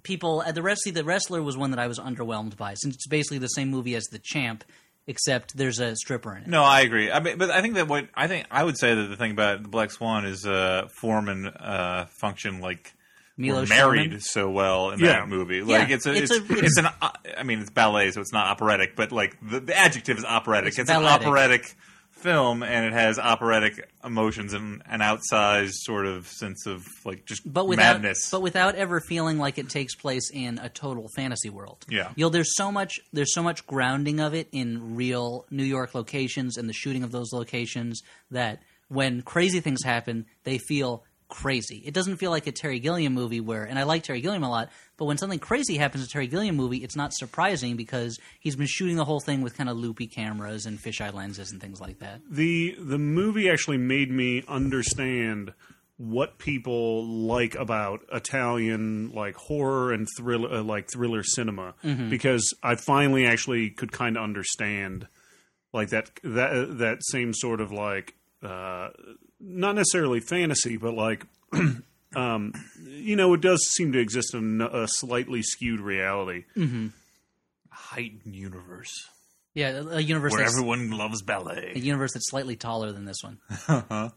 Speaker 4: people uh, the rest see the wrestler was one that I was underwhelmed by since it's basically the same movie as the champ, except there's a stripper in it.
Speaker 2: No, I agree. I mean, but I think that what I think I would say that the thing about the Black Swan is uh, form and uh, function like were
Speaker 4: Milos
Speaker 2: married
Speaker 4: Forman?
Speaker 2: so well in
Speaker 3: Yeah.
Speaker 2: that movie. Like it's a,
Speaker 4: it's
Speaker 2: it's
Speaker 4: a-
Speaker 2: it's, an o- I mean it's ballet, so it's not operatic, but like the, the adjective is operatic. It's, an
Speaker 4: balletic.
Speaker 2: operatic film, and it has operatic emotions and an outsized sort of sense of like just
Speaker 4: But without,
Speaker 2: madness.
Speaker 4: but without ever feeling like it takes place in a total fantasy world.
Speaker 2: Yeah.
Speaker 4: you know, there's so much, there's so much grounding of it in real New York locations and the shooting of those locations that when crazy things happen, they feel crazy. It doesn't feel like a Terry Gilliam movie where, and I like Terry Gilliam a lot, but when something crazy happens in a Terry Gilliam movie, it's not surprising because he's been shooting the whole thing with kind of loopy cameras and fisheye lenses and things like that.
Speaker 3: the the movie actually made me understand what people like about Italian like horror and thriller uh, like thriller cinema because I finally actually could kind of understand like that that that same sort of like uh, not necessarily fantasy but like um, you know it does seem to exist in a slightly skewed reality
Speaker 2: heightened universe
Speaker 4: Yeah, a- a universe
Speaker 2: where
Speaker 4: that's,
Speaker 2: everyone loves
Speaker 4: a
Speaker 2: ballet, Uh-huh.
Speaker 4: universe that's slightly taller than this one.
Speaker 2: a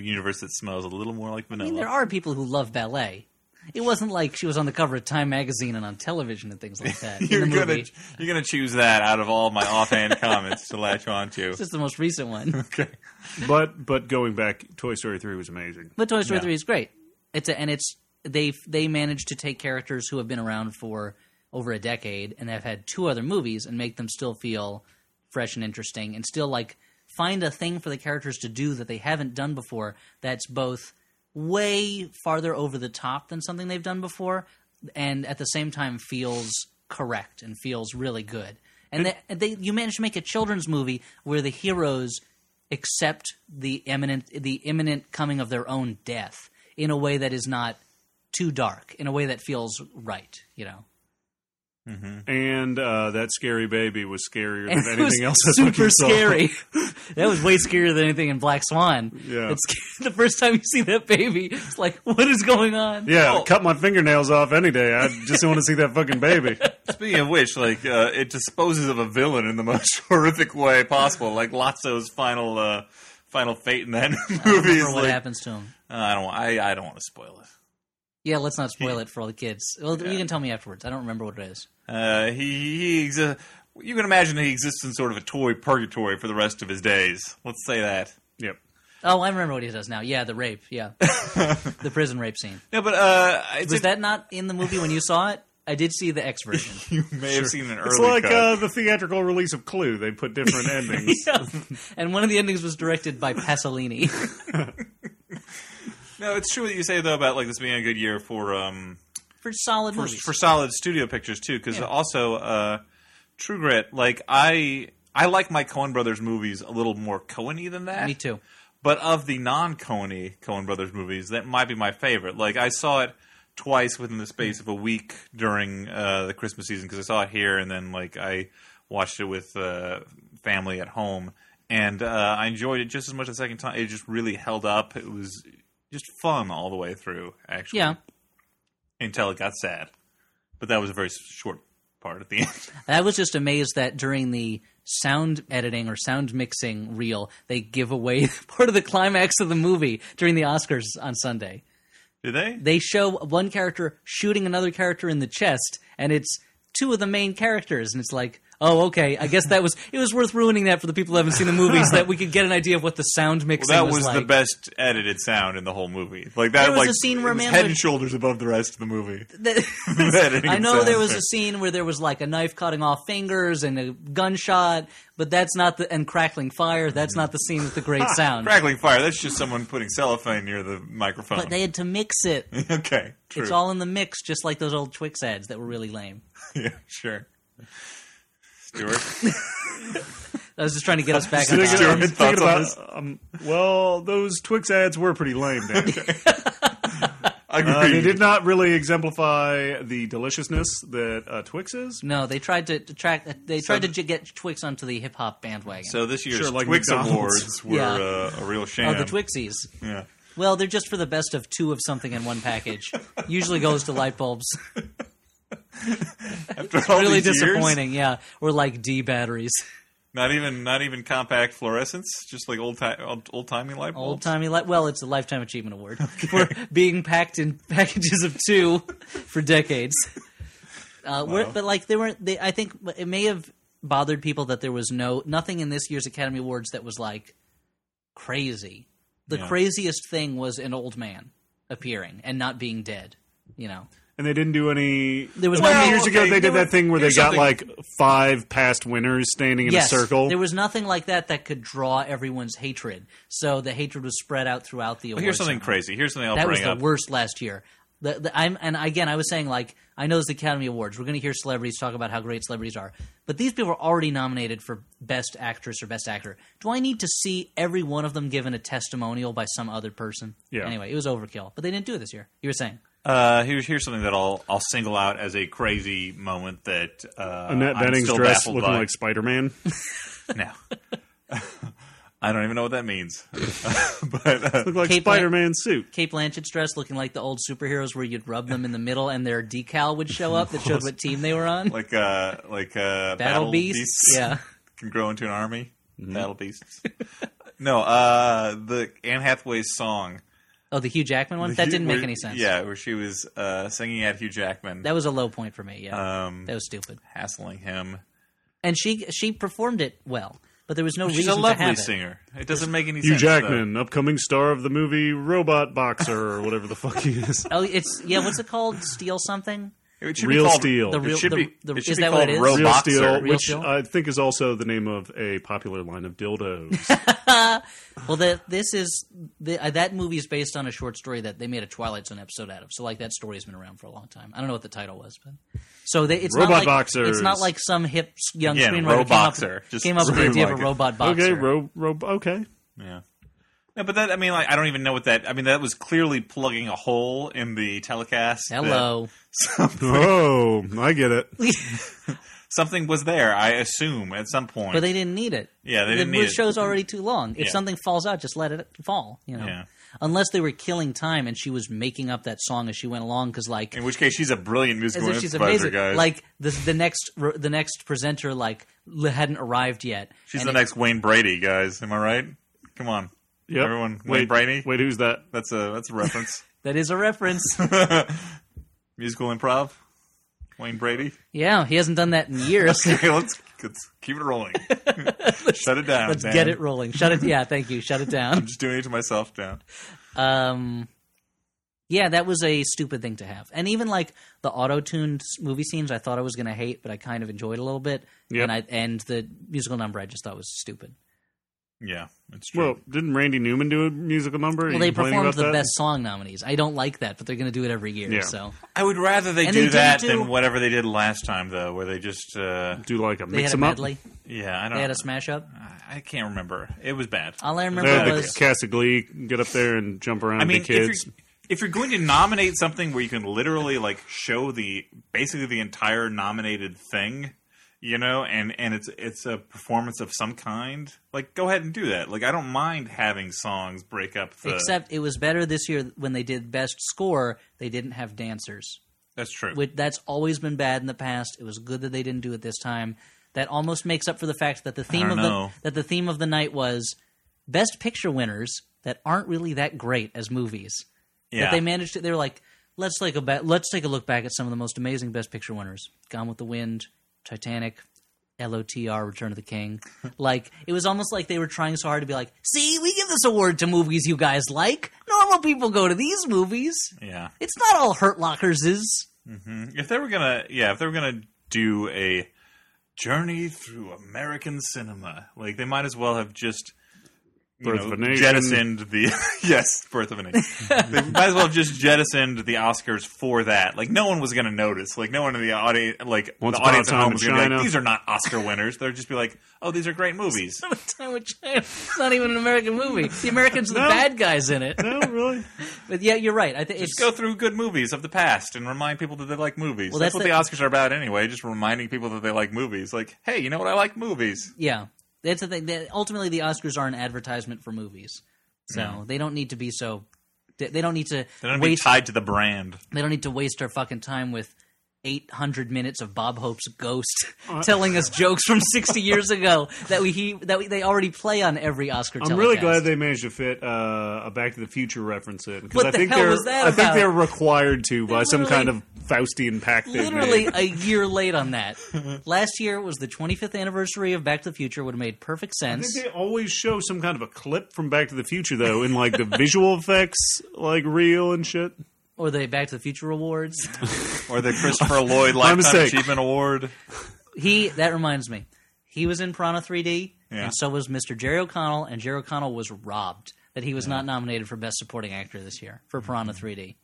Speaker 2: universe that smells a little more like
Speaker 4: I
Speaker 2: vanilla.
Speaker 4: mean, there are people who love ballet. It wasn't like she was on the cover of Time magazine and on television and things like that. in
Speaker 2: you're
Speaker 4: the
Speaker 2: gonna
Speaker 4: movie.
Speaker 2: you're gonna choose that out of all my offhand comments to latch onto.
Speaker 4: This is the most recent one.
Speaker 2: Okay.
Speaker 3: but but going back Toy Story 3 was amazing
Speaker 4: But Toy Story
Speaker 2: Yeah.
Speaker 4: Three is great. It's a, and it's they they managed to take characters who have been around for over a decade and have had two other movies and make them still feel fresh and interesting and still like find a thing for the characters to do that they haven't done before. That's both way farther over the top than something they've done before, and at the same time feels correct and feels really good. And, they, they you managed to make a children's movie where the heroes accept the imminent the imminent coming of their own death in a way that is not too dark, in a way that feels right, you know.
Speaker 3: and uh, that scary baby was scarier than
Speaker 4: It was
Speaker 3: anything else. I
Speaker 4: super
Speaker 3: fucking saw.
Speaker 4: scary. that was way scarier than anything in Black Swan.
Speaker 3: Yeah.
Speaker 4: It's, the first time you see that baby, it's like, what is going on?
Speaker 3: Yeah, cut my fingernails off any day. I just want to see that fucking baby.
Speaker 2: Speaking of which, like uh, it disposes of a villain in the most horrific way possible. Like Lotso's final uh, final fate in that movie is
Speaker 4: Remember what
Speaker 2: like
Speaker 4: happens to him?
Speaker 2: I don't I, I don't want to spoil it.
Speaker 4: Yeah, let's not spoil it for all the kids. Well, you can tell me afterwards. I don't remember what it is.
Speaker 2: Uh, he he exists. You can imagine he exists in sort of a toy purgatory for the rest of his days. Let's say that.
Speaker 3: Yep.
Speaker 4: Oh, I remember what he does now. Yeah, the rape. Yeah, the prison rape scene.
Speaker 2: Yeah, but uh, it's
Speaker 4: Was that not in the movie when you saw it? I did see the X version.
Speaker 2: you may have seen an early
Speaker 3: It's like
Speaker 2: cut.
Speaker 3: uh, the theatrical release of Clue. They put different endings.
Speaker 4: Yeah. And one of the endings was directed by Pasolini.
Speaker 2: no, it's true what you say though about like this being a good year for um
Speaker 4: for solid
Speaker 2: for,
Speaker 4: movies.
Speaker 2: for solid studio pictures too because
Speaker 4: Yeah.
Speaker 2: also uh True Grit like I I like my Coen Brothers movies a little more Coeny than that
Speaker 4: Me too.
Speaker 2: but of the non Coeny Coen Brothers movies that might be my favorite like I saw it twice within the space of a week during uh the Christmas season because I saw it here and then like I watched it with uh family at home and uh I enjoyed it just as much the second time it just really held up it was just fun all the way through actually
Speaker 4: Yeah.
Speaker 2: until it got sad. But that was a very s- short part at the end.
Speaker 4: I was just amazed that during the sound editing or sound mixing reel, they give away part of the climax of the movie during the Oscars on Sunday.
Speaker 2: Did they?
Speaker 4: They show one character shooting another character in the chest, and it's two of the main characters, and it's like, oh, okay, I guess that was it was worth ruining that for the people who haven't seen the movie, so that we could get an idea of what the sound mixing
Speaker 2: That
Speaker 4: was,
Speaker 2: was
Speaker 4: like.
Speaker 2: the best edited sound in the whole movie. Like that,
Speaker 4: There was
Speaker 2: like
Speaker 4: a scene where
Speaker 2: it was
Speaker 4: man
Speaker 2: head
Speaker 4: would-
Speaker 2: and shoulders above the rest of the movie.
Speaker 4: That-
Speaker 2: Editing
Speaker 4: I know
Speaker 2: sound
Speaker 4: there was a
Speaker 2: effect.
Speaker 4: scene where there was like a knife cutting off fingers and a gunshot, but that's not the and crackling fire. That's not the scene with the great sound.
Speaker 2: Crackling fire. That's just someone putting cellophane near the microphone.
Speaker 4: But they had to mix it.
Speaker 2: okay, true.
Speaker 4: It's all in the mix, just like those old Twix ads that were really lame.
Speaker 2: yeah, sure. Stuart,
Speaker 4: I was just trying to get us back on
Speaker 3: Thinking-
Speaker 2: Stuart,
Speaker 4: topic.
Speaker 3: I'm
Speaker 2: thoughts
Speaker 3: thinking
Speaker 2: on
Speaker 3: about-
Speaker 2: this?
Speaker 3: um, well, those Twix ads were pretty lame. Dan.
Speaker 2: agree.
Speaker 3: Uh, they did not really exemplify the deliciousness that uh, Twix is.
Speaker 4: No, they tried to attract. They tried to j- get Twix onto the hip hop bandwagon.
Speaker 2: so this year's
Speaker 3: Sure, like
Speaker 2: Twix
Speaker 3: McDonald's.
Speaker 2: awards were
Speaker 4: Yeah.
Speaker 2: uh, a real shame.
Speaker 4: oh, the Twixies.
Speaker 2: Yeah.
Speaker 4: Well, they're just for the best of two of something in one package. Usually goes to light bulbs.
Speaker 2: After all
Speaker 4: really
Speaker 2: these years,
Speaker 4: disappointing. Yeah, or like D batteries.
Speaker 2: Not even not even compact fluorescence, just like old time old, old timey light bulbs.
Speaker 4: Old timey light. Well, it's a lifetime achievement award for being packed in packages of two for decades. Uh, we're- But like they weren't. They, I think it may have bothered people that there was no nothing in this year's Academy Awards that was like crazy. The
Speaker 2: Yeah.
Speaker 4: craziest thing was an old man appearing and not being dead. You know,
Speaker 3: And they didn't do any.
Speaker 4: there was
Speaker 2: Well,
Speaker 4: no
Speaker 3: years ago,
Speaker 2: okay, there
Speaker 3: they did
Speaker 2: were-
Speaker 3: that thing where they
Speaker 2: here's
Speaker 3: got
Speaker 2: something-
Speaker 3: like five past winners standing in
Speaker 4: yes,
Speaker 3: a circle.
Speaker 4: There was nothing like that that could draw everyone's hatred. So the hatred was spread out throughout the awards.
Speaker 2: But here's something crazy. Here's something I'll
Speaker 4: that was
Speaker 2: bring
Speaker 4: the
Speaker 2: up.
Speaker 4: worst last year. The, the, I'm, and again, I was saying like I know it's the Academy Awards. We're going to hear celebrities talk about how great celebrities are, but these people are already nominated for Best Actress or Best Actor. Do I need to see every one of them given a testimonial by some other person?
Speaker 3: Yeah.
Speaker 4: Anyway, it was overkill, but they didn't do it this year. You were saying
Speaker 2: Uh, here's here's something that I'll I'll single out as a crazy moment that uh,
Speaker 3: Annette
Speaker 2: I'm
Speaker 3: Benning's
Speaker 2: still
Speaker 3: dress
Speaker 2: baffled
Speaker 3: looking
Speaker 2: by.
Speaker 3: like Spider Man.
Speaker 2: no. I don't even know what that means, but uh,
Speaker 3: Looked like
Speaker 4: Kate Blan-
Speaker 3: Spider Man suit.
Speaker 4: Kate Blanchett's dress looking like the old superheroes, where you'd rub them in the middle and their decal would show up that showed what team they were on.
Speaker 2: like uh, like uh,
Speaker 4: Battle, Beasts. Yeah.
Speaker 2: can grow into an army.
Speaker 3: Mm-hmm.
Speaker 2: Battle beasts. no, uh, the Anne Hathaway's song
Speaker 4: Oh, the Hugh Jackman one. That
Speaker 2: Hugh-
Speaker 4: didn't make
Speaker 2: where-
Speaker 4: any sense.
Speaker 2: Yeah, where she was uh, singing at Hugh Jackman,
Speaker 4: That was a low point for me. Yeah.
Speaker 2: um,
Speaker 4: that was stupid.
Speaker 2: hassling him.
Speaker 4: and she she performed it well, but there was no
Speaker 2: She's
Speaker 4: reason
Speaker 2: a
Speaker 4: to
Speaker 2: lovely
Speaker 4: have it.
Speaker 2: singer. It doesn't make any
Speaker 3: Hugh
Speaker 2: sense. though.
Speaker 3: Jackman, upcoming star of the movie Robot Boxer or whatever the fuck he is.
Speaker 4: Oh, it's yeah. What's it called? Steel something?
Speaker 2: It should
Speaker 3: Real
Speaker 2: be called,
Speaker 3: Steel. The
Speaker 4: real-
Speaker 2: it should
Speaker 4: the-
Speaker 2: be,
Speaker 4: the-
Speaker 2: it should
Speaker 4: is
Speaker 2: be
Speaker 4: that
Speaker 2: called
Speaker 4: what it is?
Speaker 2: Real
Speaker 3: Real
Speaker 2: Boxer.
Speaker 3: Steel,
Speaker 4: Real
Speaker 3: which
Speaker 4: Steel?
Speaker 3: I think is also the name of a popular line of dildos.
Speaker 4: Well, the, this is the, uh, that movie is based on a short story that they made a Twilight Zone episode out of. So like that story has been around for a long time. I don't know what the title was, but so they, it's
Speaker 3: Robot
Speaker 4: not like,
Speaker 3: boxers.
Speaker 4: It's not like some hip s- young
Speaker 2: Again,
Speaker 4: screenwriter came up,
Speaker 2: Roboxer.
Speaker 4: with-
Speaker 2: Just
Speaker 4: came up with the
Speaker 2: something
Speaker 4: idea of
Speaker 2: like
Speaker 4: a
Speaker 2: it.
Speaker 4: robot boxer.
Speaker 3: okay, ro- ro- okay.
Speaker 2: Yeah. No, but that I mean, like I don't even know what that. I mean, that was clearly plugging a hole in the telecast. that
Speaker 4: Hello.
Speaker 2: something,
Speaker 3: Oh, I get it.
Speaker 2: something was there. I assume at some point.
Speaker 4: But they didn't need it.
Speaker 2: Yeah, they didn't
Speaker 4: the
Speaker 2: need it.
Speaker 4: show's already too long. If
Speaker 2: Yeah.
Speaker 4: something falls out, just let it fall. You know,
Speaker 2: Yeah.
Speaker 4: unless they were killing time and she was making up that song as she went along because like
Speaker 2: in which case, she's a brilliant
Speaker 4: as
Speaker 2: musical
Speaker 4: if she's
Speaker 2: improviser,
Speaker 4: amazing.
Speaker 2: guys.
Speaker 4: Like the the next the next presenter like l- hadn't arrived yet.
Speaker 2: she's
Speaker 4: And
Speaker 2: the
Speaker 4: it-
Speaker 2: next Wayne Brady, guys. Am I right? Come on,
Speaker 3: Yep.
Speaker 2: everyone. Wayne
Speaker 3: wait,
Speaker 2: Brady.
Speaker 3: Wait, who's that?
Speaker 2: That's a that's a reference.
Speaker 4: That is a reference.
Speaker 2: musical improv. Wayne Brady.
Speaker 4: yeah, he hasn't done that in years.
Speaker 2: Okay, let's, let's keep it rolling. Shut it down.
Speaker 4: Let's
Speaker 2: Dan.
Speaker 4: get it rolling. Shut it. Yeah, thank you. Shut it
Speaker 2: I'm
Speaker 4: down.
Speaker 2: just doing it to myself, Dan.
Speaker 4: Um, yeah, that was a stupid thing to have. And even like the auto-tuned s- movie scenes, I thought I was going to hate, but I kind of enjoyed a little bit.
Speaker 3: Yep.
Speaker 4: And I and the musical number, I just thought was stupid.
Speaker 2: Yeah, it's true.
Speaker 3: Well, didn't Randy Newman do a musical number? Are
Speaker 4: Well,
Speaker 3: you
Speaker 4: they
Speaker 3: complaining
Speaker 4: performed
Speaker 3: about
Speaker 4: the
Speaker 3: that?
Speaker 4: best song nominees. I don't like that, but they're going to do it every year.
Speaker 3: Yeah.
Speaker 4: So
Speaker 2: I would rather they
Speaker 4: And
Speaker 2: do
Speaker 4: they didn't
Speaker 2: that
Speaker 4: do-
Speaker 2: than whatever they did last time, though, where they just uh,
Speaker 3: Do like a
Speaker 4: they
Speaker 3: mix
Speaker 4: had a
Speaker 3: them up. Uh,
Speaker 4: medley.
Speaker 2: yeah, I
Speaker 4: They had a
Speaker 2: don't.
Speaker 4: smash up.
Speaker 2: I I can't remember. It was bad.
Speaker 4: All I
Speaker 3: They had
Speaker 4: remember
Speaker 3: the
Speaker 4: was
Speaker 3: Cassie Glee get up there and jump around
Speaker 2: I mean,
Speaker 3: the
Speaker 2: if
Speaker 3: kids.
Speaker 2: you're, if you're going to nominate something where you can literally like show the basically the entire nominated thing, you know, and and it's it's a performance of some kind, like go ahead and do that. Like I don't mind having songs break up the.
Speaker 4: except it was better this year when they did best score. They didn't have dancers.
Speaker 2: that's true.
Speaker 4: which that's always been bad in the past. It was good that they didn't do it this time. That almost makes up for the fact that the theme
Speaker 2: don't
Speaker 4: of
Speaker 2: know.
Speaker 4: the that the theme of the night was best picture winners that aren't really that great as movies.
Speaker 2: yeah.
Speaker 4: That they managed to they were like, let's take a ba- let's take a look back at some of the most amazing best picture winners. Gone with the Wind, Titanic, LOTR, Return of the King. like it was almost like they were trying so hard to be like, see, we give this award to movies you guys like. Normal people go to these movies.
Speaker 2: yeah.
Speaker 4: It's not all Hurt Lockers is.
Speaker 2: If they were gonna, yeah, if they were gonna do a journey through American cinema, like they might as well have just you
Speaker 3: Birth of
Speaker 2: know,
Speaker 3: a Nation.
Speaker 2: jettisoned the yes, birth of a nation. they might as well have just jettisoned the Oscars for that. Like no one was gonna notice. Like no one in the audience, like
Speaker 3: Once
Speaker 2: the
Speaker 3: Upon a
Speaker 2: audience at
Speaker 3: Time
Speaker 2: home
Speaker 3: in
Speaker 2: is gonna be
Speaker 3: China.
Speaker 2: like, these are not Oscar winners. They'll just be like, oh, these are great movies.
Speaker 4: Time with China. It's not even an American movie. The Americans are the bad guys in it.
Speaker 3: no, Oh, really?
Speaker 4: But yeah, you're right. I think it's
Speaker 2: Just go through good movies of the past and remind people that they like movies.
Speaker 4: Well,
Speaker 2: that's,
Speaker 4: that's
Speaker 2: what the Oscars are about anyway. Just reminding people that they like movies. Like, hey, you know what? I like movies.
Speaker 4: yeah. That's the thing. That ultimately, the Oscars are an advertisement for movies, so
Speaker 3: Mm.
Speaker 4: they don't need to be so. They they don't need to
Speaker 2: They don't
Speaker 4: waste.
Speaker 2: be tied to the brand.
Speaker 4: they don't need to waste our fucking time with. 800 minutes of Bob Hope's ghost
Speaker 3: Uh,
Speaker 4: telling us jokes from 60 years ago that we he, that we, they already play on every Oscar
Speaker 3: I'm really glad
Speaker 4: telecast.
Speaker 3: they managed to fit uh, a Back to the Future reference in because
Speaker 4: What
Speaker 3: I
Speaker 4: the
Speaker 3: think
Speaker 4: hell
Speaker 3: they're
Speaker 4: was that
Speaker 3: I
Speaker 4: about?
Speaker 3: think they're required to by some
Speaker 4: literally-
Speaker 3: kind of Faustian pact. they've
Speaker 4: literally
Speaker 3: made.
Speaker 4: a year late on that. Last year was the 25th anniversary of Back to the Future. Would have made perfect
Speaker 3: I
Speaker 4: sense.
Speaker 3: think they always show some kind of a clip from Back to the Future though in like the visual effects, like real and shit.
Speaker 4: Or the Back to the Future awards.
Speaker 2: Or the Christopher Lloyd Lifetime
Speaker 3: mistake.
Speaker 2: Achievement Award.
Speaker 4: he that reminds me, he was in Piranha 3D,
Speaker 2: Yeah.
Speaker 4: and so was Mr. Jerry O'Connell, and Jerry O'Connell was robbed that he was not nominated for Best Supporting Actor this year for Piranha 3D. It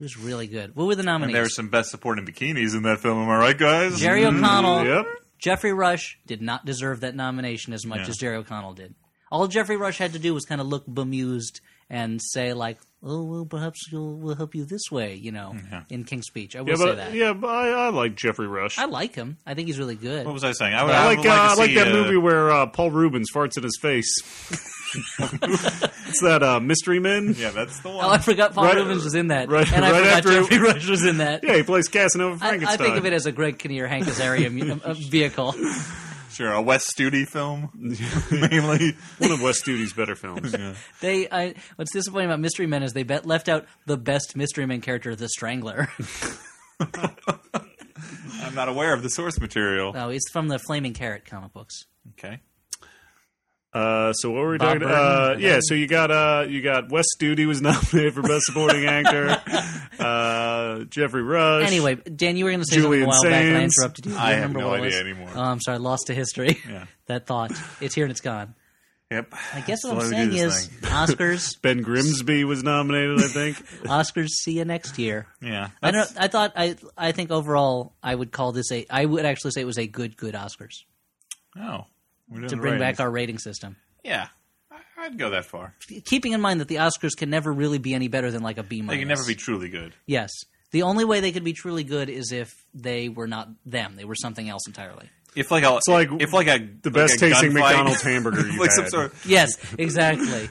Speaker 4: was really good. What were the
Speaker 2: And
Speaker 4: nominees?
Speaker 2: there are some best supporting bikinis in that film, am I right, guys? Mm-hmm.
Speaker 4: Jerry O'Connell,
Speaker 3: Yep.
Speaker 4: Jeffrey Rush did not deserve that nomination as much
Speaker 2: Yeah.
Speaker 4: as Jerry O'Connell did. All Jeffrey Rush had to do was kind of look bemused and say like, "Oh, well, perhaps you'll, we'll help you this way," you know, in King's Speech. I will
Speaker 3: Yeah,
Speaker 4: say
Speaker 3: but
Speaker 4: that.
Speaker 3: yeah, but I, I like Jeffrey Rush.
Speaker 4: I like him. I think he's really good.
Speaker 2: What was I saying? I would,
Speaker 3: I
Speaker 2: I
Speaker 3: like,
Speaker 2: would
Speaker 3: uh, I
Speaker 2: like, to
Speaker 3: like
Speaker 2: see,
Speaker 3: that
Speaker 2: uh,
Speaker 3: movie where uh, Paul Rubens farts in his face. it's that uh, Mystery Men.
Speaker 2: Yeah, that's the
Speaker 4: Oh, I
Speaker 2: one.
Speaker 4: forgot Paul
Speaker 3: Right-
Speaker 4: Rubens was in that,
Speaker 3: right-
Speaker 4: and I
Speaker 3: right
Speaker 4: forgot
Speaker 3: after-
Speaker 4: Jeffrey Rush was in that.
Speaker 3: Yeah, he plays Casanova
Speaker 4: I,
Speaker 3: Frankenstein.
Speaker 4: I think of it as a Greg Kinnear, Hank Azaria mu- uh, vehicle.
Speaker 2: Sure, a West Studi film, mainly.
Speaker 3: one of Wes Studi's better films.
Speaker 4: They, I, what's disappointing about Mystery Men is they bet, left out the best Mystery Men character, the Strangler.
Speaker 2: I'm not aware of the source material.
Speaker 4: oh, it's from the Flaming Carrot comic books.
Speaker 2: Okay.
Speaker 3: Uh, so what were we
Speaker 4: Bob
Speaker 3: talking about? Uh,
Speaker 4: Burton.
Speaker 3: yeah, so you got uh, you got Wes Studi was nominated for Best Supporting Actor. Uh, Jeffrey Rush.
Speaker 4: Anyway, Dan, you were going to say
Speaker 3: Julian
Speaker 4: something a while back, and I
Speaker 3: Sands.
Speaker 4: interrupted you. Do you
Speaker 2: I have
Speaker 4: remember
Speaker 2: no
Speaker 4: what it
Speaker 2: idea
Speaker 4: was?
Speaker 2: anymore.
Speaker 4: Oh, I'm sorry, lost to history.
Speaker 2: Yeah.
Speaker 4: that thought. It's here and it's gone.
Speaker 2: Yep.
Speaker 4: I guess what
Speaker 2: That's the way
Speaker 4: I'm
Speaker 2: we
Speaker 4: saying
Speaker 2: do this
Speaker 4: is
Speaker 2: thing.
Speaker 4: Oscars,
Speaker 3: Ben Grimsby was nominated, I think.
Speaker 4: Oscars. See you next year.
Speaker 2: Yeah.
Speaker 4: I
Speaker 2: That's-
Speaker 4: don't. I thought. I. I think overall, I would call this a. I would actually say it was a good, good Oscars
Speaker 2: Oh. We're doing
Speaker 4: to
Speaker 2: the
Speaker 4: bring
Speaker 2: ratings.
Speaker 4: back our rating system.
Speaker 2: Yeah. I- I'd go that far.
Speaker 4: keeping in mind that the Oscars can never really be any better than like a B minus.
Speaker 2: They can never be truly good.
Speaker 4: Yes, the only way they could be truly good is if they were not them; they were something else entirely.
Speaker 2: If like a,
Speaker 3: like
Speaker 2: if like a
Speaker 3: the best tasting McDonald's hamburger you've
Speaker 2: like some
Speaker 3: had.
Speaker 2: sort.
Speaker 4: Yes, exactly.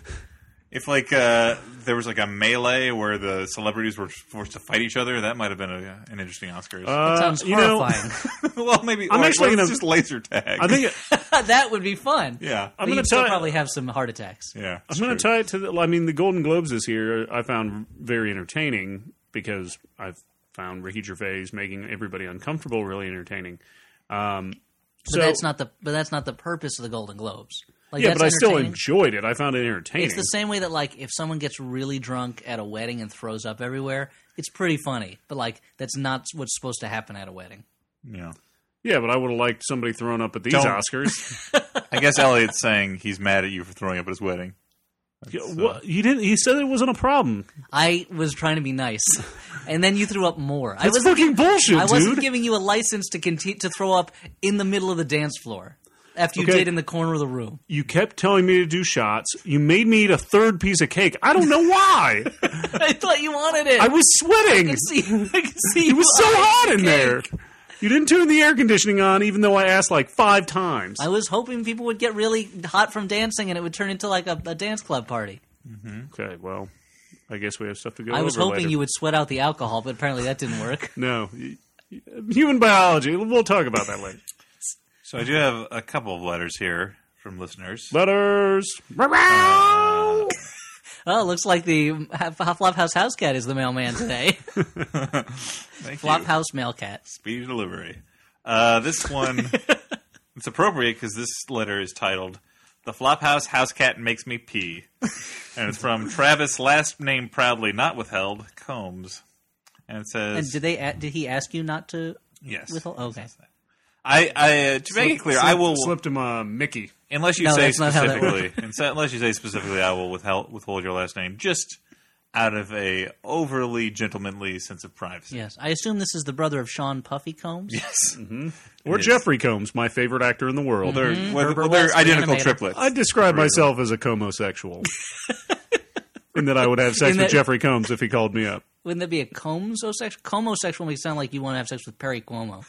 Speaker 2: If like uh, there was like a melee where the celebrities were forced to fight each other, that might have been a, an interesting Oscars.
Speaker 3: Uh,
Speaker 4: Sounds
Speaker 3: you know,
Speaker 4: horrifying.
Speaker 2: well, maybe
Speaker 3: I'm
Speaker 2: or-
Speaker 3: actually
Speaker 2: or it's
Speaker 3: gonna-
Speaker 2: just laser tag.
Speaker 3: I think
Speaker 4: that would be fun.
Speaker 2: yeah,
Speaker 4: I'm
Speaker 3: I'm
Speaker 4: but
Speaker 3: gonna
Speaker 4: you'd still
Speaker 3: tell you-
Speaker 4: probably have some heart attacks.
Speaker 2: yeah.
Speaker 3: I'm going to tie it to the. I mean, the Golden Globes this year uh, I found very entertaining because I've found Ricky Gervais making everybody uncomfortable really entertaining. Um,
Speaker 4: But
Speaker 3: so
Speaker 4: that's not the but that's not the purpose of the Golden Globes. Like
Speaker 3: yeah,
Speaker 4: that's
Speaker 3: but I still
Speaker 4: entertaining.
Speaker 3: enjoyed it. I found it entertaining.
Speaker 4: It's the same way that like if someone gets really drunk at a wedding and throws up everywhere, it's pretty funny. But like that's not what's supposed to happen at a wedding.
Speaker 2: yeah.
Speaker 3: yeah, but I would have liked somebody throwing up at these
Speaker 2: Don't-
Speaker 3: Oscars.
Speaker 2: I guess Elliot's saying he's mad at you for throwing up at his wedding.
Speaker 3: Yeah, what- you didn't. He said it wasn't a problem.
Speaker 4: I was trying to be nice, and then you threw up more. I
Speaker 3: That's
Speaker 4: was
Speaker 3: fucking bullshit,
Speaker 4: I wasn't
Speaker 3: dude.
Speaker 4: giving you a license to conti- to throw up in the middle of the dance floor after you
Speaker 3: Okay.
Speaker 4: did in the corner of the room.
Speaker 3: you kept telling me to do shots. You made me eat a third piece of cake. I don't know why.
Speaker 4: I thought you wanted it.
Speaker 3: I was sweating.
Speaker 4: can see. I can see.
Speaker 3: It was so hot in there. You didn't turn the air conditioning on, even though I asked like five times.
Speaker 4: I was hoping people would get really hot from dancing, and it would turn into like a, a dance club party.
Speaker 3: Okay, well, I guess we have stuff to go.
Speaker 4: I was
Speaker 3: over
Speaker 4: hoping
Speaker 3: later.
Speaker 4: you would sweat out the alcohol, but apparently that didn't work.
Speaker 3: No, y- y- human biology. We'll talk about that later.
Speaker 2: So I do have a couple of letters here from listeners.
Speaker 3: Letters.
Speaker 4: Oh, looks like the Ha- Ha- Flophouse House Cat is the mailman today.
Speaker 2: Thank you.
Speaker 4: Flophouse Mail Cat.
Speaker 2: Speedy delivery. Uh, this one, it's appropriate because this letter is titled "The Flophouse House Cat Makes Me Pee," and it's from Travis, last name proudly not withheld, Combs, and it says,
Speaker 4: And did they? a- Did he ask you not to
Speaker 2: "Yes,
Speaker 4: withhold? Okay.
Speaker 2: I, I uh, to make it clear, I will
Speaker 3: slipped him a Mickey.
Speaker 2: unless you
Speaker 4: No,
Speaker 2: say
Speaker 4: that's not how that
Speaker 2: specifically, and so- unless you say specifically, I will withhold withhold your last name just out of a overly gentlemanly sense of privacy."
Speaker 4: Yes, I assume this is the brother of Sean Puffy Combs.
Speaker 2: Yes.
Speaker 4: Mm-hmm.
Speaker 3: Or
Speaker 2: Yes.
Speaker 3: Jeffrey Combs, my favorite actor in the world.
Speaker 2: They're, well,
Speaker 4: Herbert
Speaker 2: they're
Speaker 4: West,
Speaker 2: identical
Speaker 4: reanimator.
Speaker 2: triplets.
Speaker 3: I describe myself as a comosexual, and that I would have sex
Speaker 4: In
Speaker 3: with
Speaker 4: that-
Speaker 3: Jeffrey Combs if he called me up.
Speaker 4: Wouldn't that be a comosexual? Comosexual makes it sound like you want to have sex with Perry Cuomo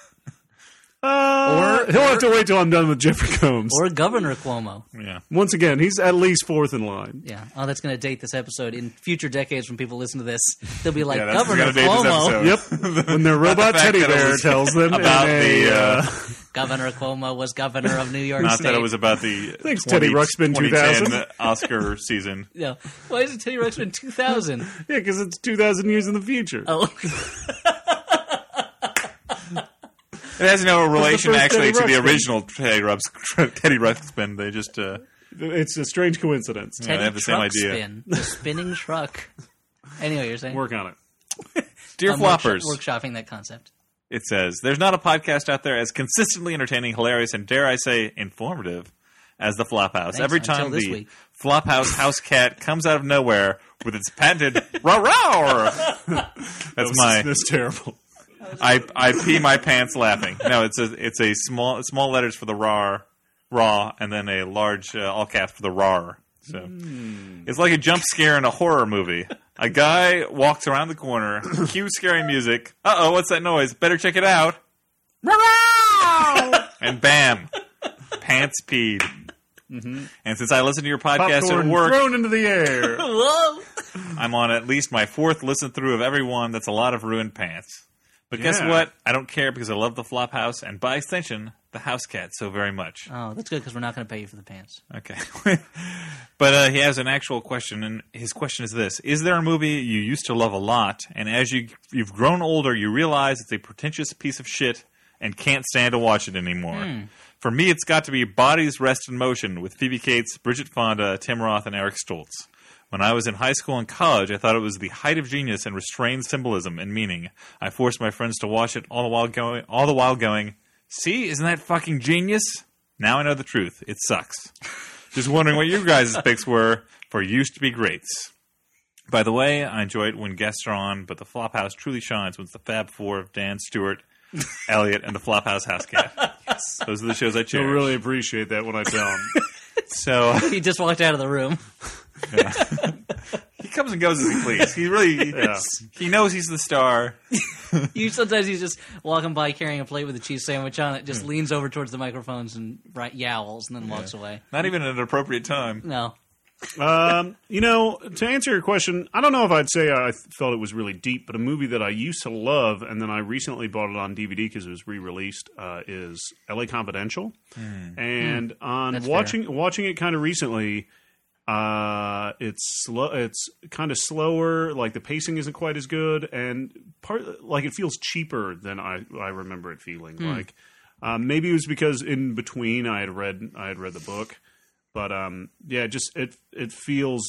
Speaker 3: Uh,
Speaker 4: Or-
Speaker 3: he'll have to wait till I'm done with Jeffrey Combs.
Speaker 4: or Governor Cuomo.
Speaker 2: yeah.
Speaker 3: Once again, he's at least fourth in line.
Speaker 4: Yeah. Oh, that's going to date this episode in future decades when people listen to this. They'll be like,
Speaker 2: Yeah, that's
Speaker 4: Governor
Speaker 2: gonna date this
Speaker 4: Cuomo.
Speaker 2: episode.
Speaker 3: Yep. When their robot
Speaker 2: fact
Speaker 3: teddy
Speaker 2: that it
Speaker 3: bear
Speaker 2: was
Speaker 3: tells them
Speaker 2: about
Speaker 3: in a,
Speaker 2: the, uh,
Speaker 4: Governor Cuomo was governor of New York
Speaker 2: Not
Speaker 4: State.
Speaker 2: that it was about the
Speaker 3: Thanks, Teddy Ruxpin,
Speaker 2: 2010
Speaker 3: 2000.
Speaker 2: Oscar season.
Speaker 4: Yeah. Why is it Teddy Ruxpin 2000?
Speaker 3: Yeah, because it's 2,000 years in the future.
Speaker 4: Oh,
Speaker 2: It has no relation
Speaker 3: first
Speaker 2: actually
Speaker 3: Teddy
Speaker 2: to the
Speaker 3: Ruxpin.
Speaker 2: original Teddy, Rux, Teddy Ruxpin. They just uh,
Speaker 3: It's a strange coincidence.
Speaker 2: Yeah, they have the same
Speaker 4: truck
Speaker 2: idea.
Speaker 4: Spin, the spinning truck. Anyway, you're saying
Speaker 3: Work on it.
Speaker 2: dear
Speaker 4: I'm
Speaker 2: floppers.
Speaker 4: workshop- workshopping that concept.
Speaker 2: It says there's not a podcast out there as consistently entertaining, hilarious, and dare I say informative as the Flophouse. Every
Speaker 4: until
Speaker 2: time
Speaker 4: this
Speaker 2: the
Speaker 4: week.
Speaker 2: Flophouse house cat comes out of nowhere with its patented rah rah. That's my
Speaker 3: That's terrible.
Speaker 2: I, I pee my pants laughing. No, it's a it's a small small letters for the rar, raw, and then a large uh, all caps for the rar. So it's like a jump scare in a horror movie. A guy walks around the corner, cue scary music. Uh oh, what's that noise? Better check it out. and bam, pants peed. And since I listen to your podcast
Speaker 3: Popcorn
Speaker 2: at work,
Speaker 3: thrown into the air.
Speaker 4: Whoa!
Speaker 2: I'm on at least my fourth listen through of every one. That's a lot of ruined pants. But guess
Speaker 3: Yeah.
Speaker 2: what? I don't care because I love the flop house and by extension the house cat so very much.
Speaker 4: Oh, that's good because we're not going to pay you for the pants.
Speaker 2: Okay. but uh, he has an actual question, and his question is this: Is there a movie you used to love a lot, and as you you've grown older, you realize it's a pretentious piece of shit and can't stand to watch it anymore? For me, it's got to be Bodies Rest in Motion with Phoebe Cates, Bridget Fonda, Tim Roth, and Eric Stoltz. When I was in high school and college, I thought it was the height of genius and restrained symbolism and meaning. I forced my friends to watch it all the while going, all the while going, "See, isn't that fucking genius?" Now I know the truth. It sucks. Just wondering what your guys' picks were for used to be greats. By the way, I enjoy it when guests are on, but the Flophouse truly shines when it's the Fab Four of Dan Stewart, Elliot, and the Flophouse House Cat. Those are the shows I
Speaker 3: I
Speaker 2: cherish.
Speaker 3: really appreciate that when I tell him.
Speaker 2: So
Speaker 4: He just walked out of the room.
Speaker 2: he comes and goes as he please. He really
Speaker 3: Yeah.
Speaker 2: he knows he's the star.
Speaker 4: You sometimes he's just walking by carrying a plate with a cheese sandwich on it,
Speaker 2: Hmm.
Speaker 4: just leans over towards the microphones and right yowls and then walks away.
Speaker 2: Not even at an appropriate time.
Speaker 4: No.
Speaker 3: Um, you know, to answer your question, I don't know if I'd say I th- felt it was really deep, but a movie that I used to love and then I recently bought it on DVD because it was re-released uh, is L.A. Confidential. And on
Speaker 4: That's
Speaker 3: watching watching it kind of recently, uh, it's slow. It's kind of slower. Like the pacing isn't quite as good, and part like it feels cheaper than I I remember it feeling. Like um, maybe it was because in between I had read I had read the book, but um, yeah, just it it feels.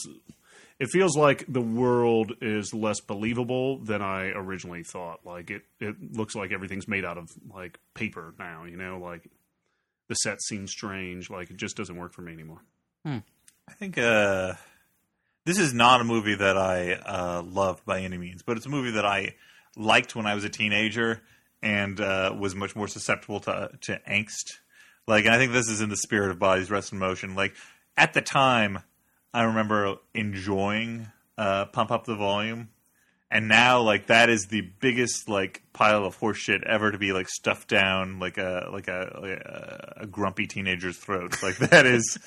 Speaker 3: It feels like the world is less believable than I originally thought. Like it, it looks like everything's made out of like paper now. You know, like the set seems strange. Like it just doesn't work for me anymore.
Speaker 2: I think uh, this is not a movie that I uh, loved by any means, but it's a movie that I liked when I was a teenager and uh, was much more susceptible to to angst. Like, and I think this is in the spirit of Bodies Rest in Motion. Like at the time, I remember enjoying uh, Pump Up the Volume, and now like that is the biggest like pile of horseshit ever to be like stuffed down like a like a like a, a grumpy teenager's throat. Like that is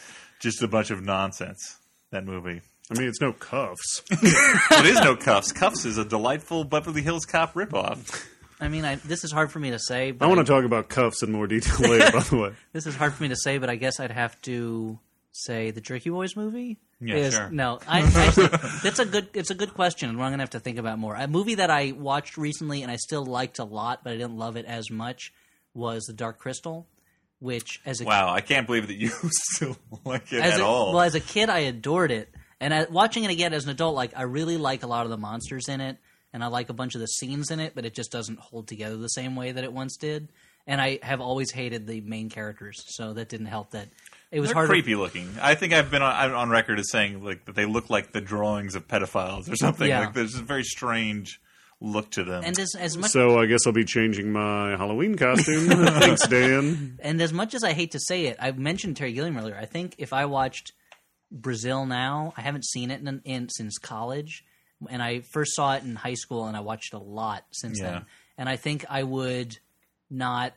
Speaker 2: just a bunch of nonsense. That movie.
Speaker 3: I mean, it's no cuffs.
Speaker 2: Well, it is no cuffs. Cuffs is a delightful Beverly Hills Cop ripoff.
Speaker 4: I mean, I, this is hard for me to say. But
Speaker 3: I want to talk about cuffs in more detail later. by the way,
Speaker 4: This is hard for me to say, but I guess I'd have to say the Jerky Boys movie.
Speaker 2: Yeah,
Speaker 4: is,
Speaker 2: sure.
Speaker 4: No, I, actually, that's a good. It's a good question, and I'm gonna have to think about more. A movie that I watched recently and I still liked a lot, but I didn't love it as much was The Dark Crystal, which as a
Speaker 2: Wow, I can't believe that you still like it
Speaker 4: as
Speaker 2: at
Speaker 4: a,
Speaker 2: all.
Speaker 4: Well, as a kid, I adored it, and I, watching it again as an adult, like I really like a lot of the monsters in it, and I like a bunch of the scenes in it, but it just doesn't hold together the same way that it once did. And I have always hated the main characters, so that didn't help. That it was
Speaker 2: They're
Speaker 4: harder.
Speaker 2: creepy looking. I think I've been on, I'm on record as saying like that they look like the drawings of pedophiles or something.
Speaker 4: Yeah.
Speaker 2: Like there's a very strange look to them.
Speaker 4: And as, as much
Speaker 3: so I guess I'll be changing my Halloween costume. Thanks, Dan.
Speaker 4: and as much as I hate to say it, I mentioned Terry Gilliam earlier. I think if I watched Brazil now, I haven't seen it in, in since college, and I first saw it in high school, and I watched it a lot since
Speaker 2: Yeah.
Speaker 4: then. And I think I would not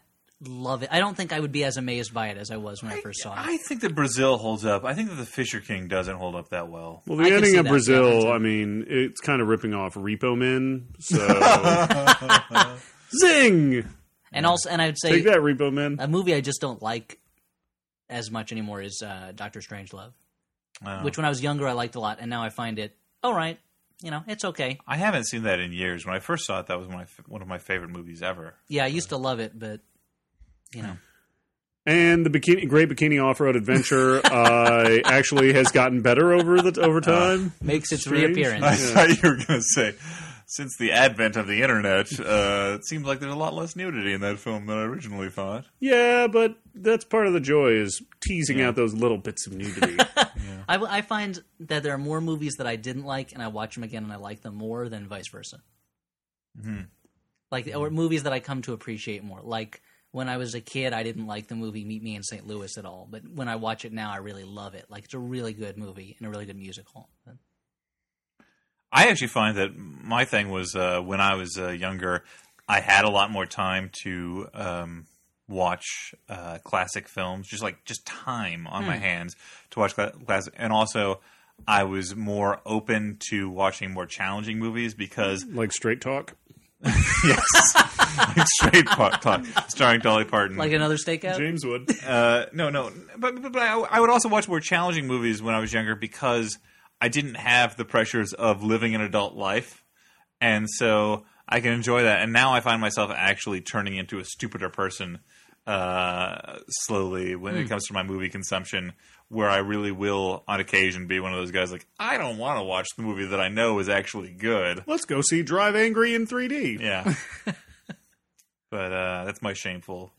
Speaker 4: love it. I don't think I would be as amazed by it as I was when I, first saw it.
Speaker 2: I think that Brazil holds up. I think that the Fisher King doesn't hold up that well.
Speaker 3: Well,
Speaker 4: I
Speaker 3: the
Speaker 4: can see
Speaker 3: ending of
Speaker 4: that,
Speaker 3: Brazil.
Speaker 4: yeah.
Speaker 3: I mean, it's kind of ripping off Repo Men. So, zing!
Speaker 4: and also, and I would say
Speaker 3: Take that, Repo Men.
Speaker 4: a movie I just don't like as much anymore is uh, Doctor Strangelove,
Speaker 2: Uh,
Speaker 4: which when I was younger I liked a lot, and now I find it all right. You know, it's okay.
Speaker 2: I haven't seen that in years. When I first saw it, that was my f- one of my favorite movies ever.
Speaker 4: Yeah, I used to love it, but you know.
Speaker 3: And the bikini, great bikini off-road adventure uh, actually has gotten better over the over time.
Speaker 4: makes its
Speaker 3: Strange.
Speaker 2: I
Speaker 4: reappearance.
Speaker 2: thought you were going to say, since the advent of the internet, uh, it seems like there's a lot less nudity in that film than I originally thought.
Speaker 3: Yeah, but that's part of the joy is teasing out those little bits of nudity.
Speaker 4: I, I find that there are more movies that I didn't like, and I watch them again, and I like them more than vice versa.
Speaker 3: Mm-hmm.
Speaker 4: Like or movies that I come to appreciate more. Like when I was a kid, I didn't like the movie Meet Me in St. Louis at all, but when I watch it now, I really love it. Like it's a really good movie and a really good musical.
Speaker 2: I actually find that my thing was uh, when I was uh, younger, I had a lot more time to um, watch uh, classic films, just like just time on my hands to watch cla- classic, and also I was more open to watching more challenging movies because
Speaker 3: like straight talk.
Speaker 2: yes, like straight pa- talk starring Dolly Parton,
Speaker 4: Like another stakeout.
Speaker 3: James would.
Speaker 2: Uh, no, no. But, but, but I, I would also watch more challenging movies when I was younger because I didn't have the pressures of living an adult life. And so I can enjoy that. And now I find myself actually turning into a stupider person uh, slowly when it comes to my movie consumption, where I really will, on occasion, be one of those guys like, I don't want to watch the movie that I know is actually good.
Speaker 3: Let's go see Drive Angry in 3D.
Speaker 2: Yeah. but uh, that's my shameful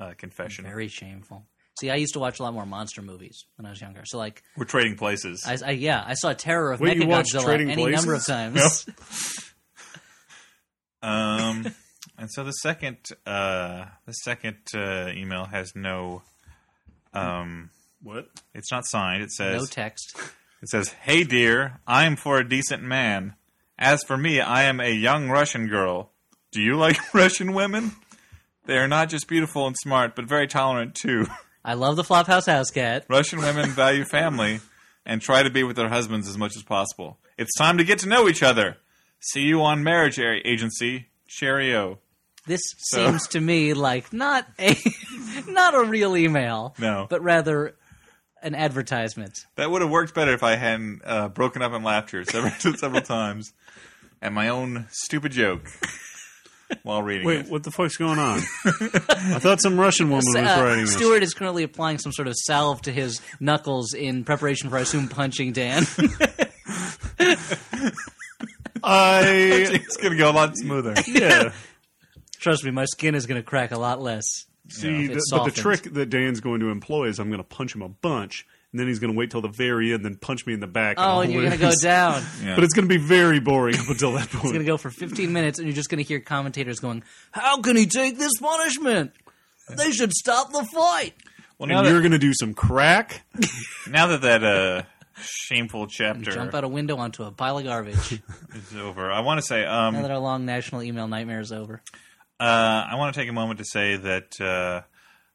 Speaker 2: uh, confession.
Speaker 4: Very shameful. See, I used to watch a lot more monster movies when I was younger. So, like,
Speaker 2: We're trading places.
Speaker 4: I, I yeah, I saw Terror of
Speaker 3: Wait, you watched
Speaker 4: Mechagodzilla
Speaker 3: Trading
Speaker 4: any number of
Speaker 3: Places?
Speaker 4: times.
Speaker 2: Um, and so the second, uh, the second uh, email has no, um,
Speaker 3: What?
Speaker 2: It's not signed. It says
Speaker 4: No text.
Speaker 2: It says, Hey dear, I'm for a decent man. As for me, I am a young Russian girl. Do you like Russian women? They are not just beautiful and smart, but very tolerant too.
Speaker 4: I love the Flophouse House Cat.
Speaker 2: Russian women value family and try to be with their husbands as much as possible. It's time to get to know each other. See you on Marriage A- Agency. Cheerio.
Speaker 4: This seems to me like not a not a real email,
Speaker 2: No.
Speaker 4: but rather an advertisement.
Speaker 2: That would have worked better if I hadn't uh, broken up in laughter several, several times at my own stupid joke while reading it.
Speaker 3: Wait, what the fuck's going on? I thought some Russian woman was
Speaker 4: Uh,
Speaker 3: writing this.
Speaker 4: Stewart is currently applying some sort of salve to his knuckles in preparation for, I assume, punching Dan.
Speaker 3: I
Speaker 2: it's gonna go a lot smoother.
Speaker 3: yeah.
Speaker 4: Trust me, my skin is going to crack a lot less.
Speaker 3: See,
Speaker 4: If
Speaker 3: the, but
Speaker 4: it
Speaker 3: the
Speaker 4: softens.
Speaker 3: trick that Dan's going to employ is I'm going to punch him a bunch, and then he's going to wait till the very end, then punch me in the back.
Speaker 4: Oh, and
Speaker 3: I'll
Speaker 4: you're going to go
Speaker 3: lose.
Speaker 4: down.
Speaker 2: Yeah.
Speaker 3: But it's going to be very boring up until that
Speaker 4: It's going
Speaker 3: point.
Speaker 4: to go for 15 minutes, and you're just going to hear commentators going, How can he take this punishment? They should stop the fight.
Speaker 2: well, now
Speaker 3: And you're
Speaker 2: that,
Speaker 3: going to do some crack.
Speaker 2: now that that uh, shameful chapter
Speaker 4: Jump out a window onto a pile of garbage.
Speaker 2: is over, I want to say
Speaker 4: now
Speaker 2: um,
Speaker 4: that our long national email nightmare is over.
Speaker 2: uh, I want to take a moment to say that uh,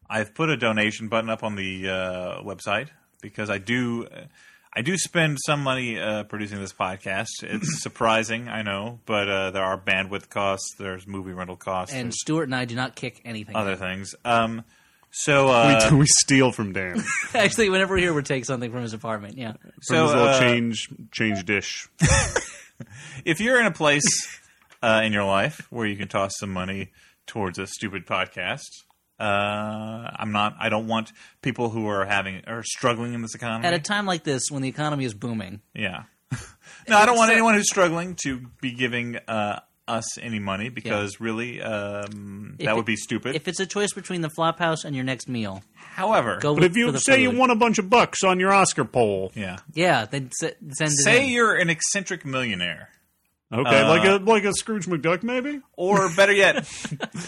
Speaker 2: I've put a donation button up on the uh, website because I do. uh, I do spend some money uh, producing this podcast. It's surprising, I know, but uh, there are bandwidth costs, there's movie rental costs,
Speaker 4: And
Speaker 2: there's
Speaker 4: Stuart and I do not kick anything.
Speaker 2: other things. Um, so, uh,
Speaker 3: we, we steal from Dan.
Speaker 4: Actually, whenever we're here, we take something from his apartment. Yeah.
Speaker 3: So
Speaker 2: so uh,
Speaker 3: change change dish.
Speaker 2: if you're in a place uh, in your life where you can toss some money towards a stupid podcast, uh, I'm not. I don't want people who are having or struggling in this economy.
Speaker 4: At a time like this, when the economy is booming,
Speaker 2: yeah. no, I don't want anyone who's struggling to be giving uh, us any money because really, um,
Speaker 4: If
Speaker 2: that
Speaker 4: it-
Speaker 2: would be stupid.
Speaker 4: if it's a choice between the flop house and your next meal,
Speaker 2: However,
Speaker 4: go
Speaker 3: But if
Speaker 4: for
Speaker 3: you
Speaker 4: the
Speaker 3: say you
Speaker 4: food.
Speaker 3: won a bunch of bucks on your Oscar poll,
Speaker 2: yeah.
Speaker 4: Yeah, then se- send it
Speaker 2: Say
Speaker 4: in.
Speaker 2: you're an eccentric millionaire,
Speaker 3: okay, like
Speaker 4: Uh,
Speaker 3: a like a Scrooge McDuck, maybe.
Speaker 2: or better yet,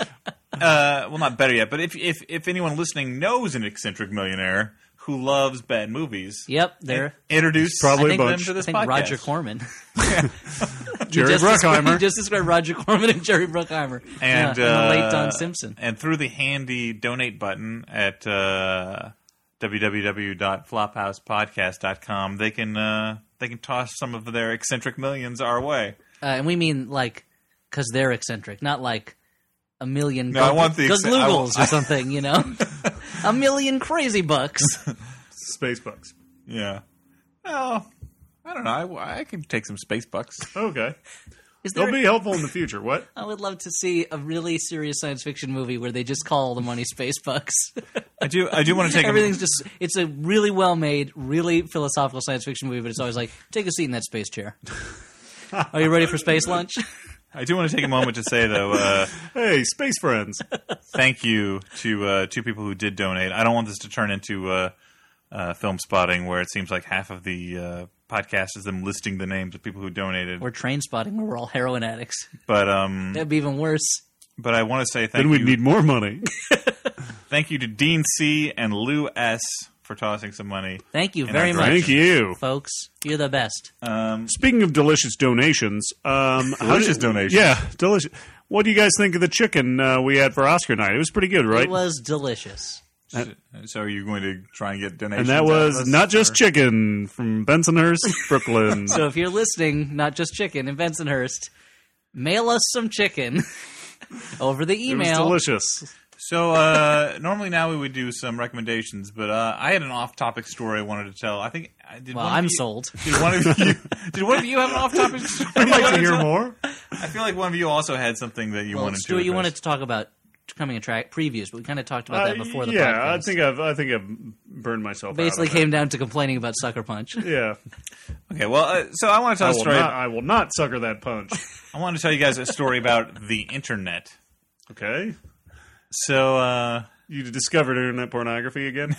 Speaker 2: uh, well, not better yet, but if if if anyone listening knows an eccentric millionaire who loves bad movies,
Speaker 4: Yep, there.
Speaker 2: introduce
Speaker 3: Probably
Speaker 2: I think,
Speaker 3: a
Speaker 2: them
Speaker 3: bunch.
Speaker 2: to
Speaker 4: I
Speaker 2: this
Speaker 4: think
Speaker 2: podcast.
Speaker 4: Roger Corman.
Speaker 3: Jerry
Speaker 4: just described-
Speaker 3: Bruckheimer.
Speaker 4: just described Roger Corman and Jerry Bruckheimer.
Speaker 2: and
Speaker 4: yeah, and the
Speaker 2: uh,
Speaker 4: late Don Simpson.
Speaker 2: and through the handy donate button at uh, www.flophousepodcast.com, they can uh, they can toss some of their eccentric millions our way.
Speaker 4: Uh, and we mean like because they're eccentric, not like a million.
Speaker 2: No, I want the
Speaker 4: Gus
Speaker 2: ex- I
Speaker 4: Lugels
Speaker 2: want-
Speaker 4: or something. You know, a million crazy bucks.
Speaker 3: Space bucks.
Speaker 2: Yeah. Well, I don't know. I, I can take some space bucks.
Speaker 3: Okay,
Speaker 4: Is there?
Speaker 3: they'll be helpful in the future. What?
Speaker 4: I would love to see a really serious science fiction movie where they just call the money space bucks.
Speaker 2: I do. I do want to take
Speaker 4: Everything's just, it's a really well made, really philosophical science fiction movie, but it's always like, take a seat in that space chair. Are you ready for space lunch?
Speaker 2: A, I do want to take a moment to say though. Uh,
Speaker 3: Hey, space friends.
Speaker 2: thank you to uh, two people who did donate. I don't want this to turn into uh, uh, film spotting where it seems like half of the uh, podcast is them listing the names of people who donated.
Speaker 4: We're train spotting where we're all heroin addicts.
Speaker 2: But um,
Speaker 4: That'd be even worse.
Speaker 2: but I want to say thank
Speaker 3: then we'd
Speaker 2: you.
Speaker 3: need more money.
Speaker 2: thank you to Dean C and Lou S for tossing some money.
Speaker 4: Thank you
Speaker 2: And
Speaker 4: very
Speaker 2: our
Speaker 4: much,
Speaker 3: Thank you.
Speaker 4: folks. You're the best.
Speaker 2: Um,
Speaker 3: Speaking of delicious donations, um, how
Speaker 2: Delicious
Speaker 3: did-
Speaker 2: donations.
Speaker 3: Yeah, delicious. What do you guys think of the chicken uh, we had for Oscar night? It was pretty good, right?
Speaker 4: It was delicious.
Speaker 2: so are you going to try and get donations?
Speaker 3: Uh, and that
Speaker 2: out of
Speaker 3: was
Speaker 2: us,
Speaker 3: not just
Speaker 2: or-
Speaker 3: chicken from Bensonhurst, Brooklyn.
Speaker 4: So if you're listening, not just chicken in Bensonhurst, mail us some chicken over the
Speaker 3: it was
Speaker 4: email.
Speaker 3: delicious.
Speaker 2: So uh, normally now we would do some recommendations, but uh, I had an off-topic story I wanted to tell. I think I did.
Speaker 4: Well,
Speaker 2: one of
Speaker 4: I'm
Speaker 2: you-
Speaker 4: sold.
Speaker 2: Did one of you? did one of you have an off-topic story?
Speaker 3: I'd like to
Speaker 2: you wanted
Speaker 3: hear
Speaker 2: tell?
Speaker 3: more.
Speaker 2: I feel like one of you also had something that you
Speaker 4: Well,
Speaker 2: wanted
Speaker 4: Stuart,
Speaker 2: to.
Speaker 4: you
Speaker 2: address.
Speaker 4: wanted to talk about coming attract previews, but we kind of talked about that
Speaker 3: Uh,
Speaker 4: before the
Speaker 3: yeah,
Speaker 4: podcast.
Speaker 3: I think I've I think I've burned myself.
Speaker 4: basically
Speaker 3: out on
Speaker 4: came down to complaining about sucker punch.
Speaker 3: that. yeah.
Speaker 2: Okay, well, uh, so I want to
Speaker 3: I
Speaker 2: tell a
Speaker 3: will
Speaker 2: story.
Speaker 3: not. I will not sucker that punch.
Speaker 2: I want to tell you guys a story about the internet.
Speaker 3: Okay,
Speaker 2: So uh,
Speaker 3: you discovered internet pornography again.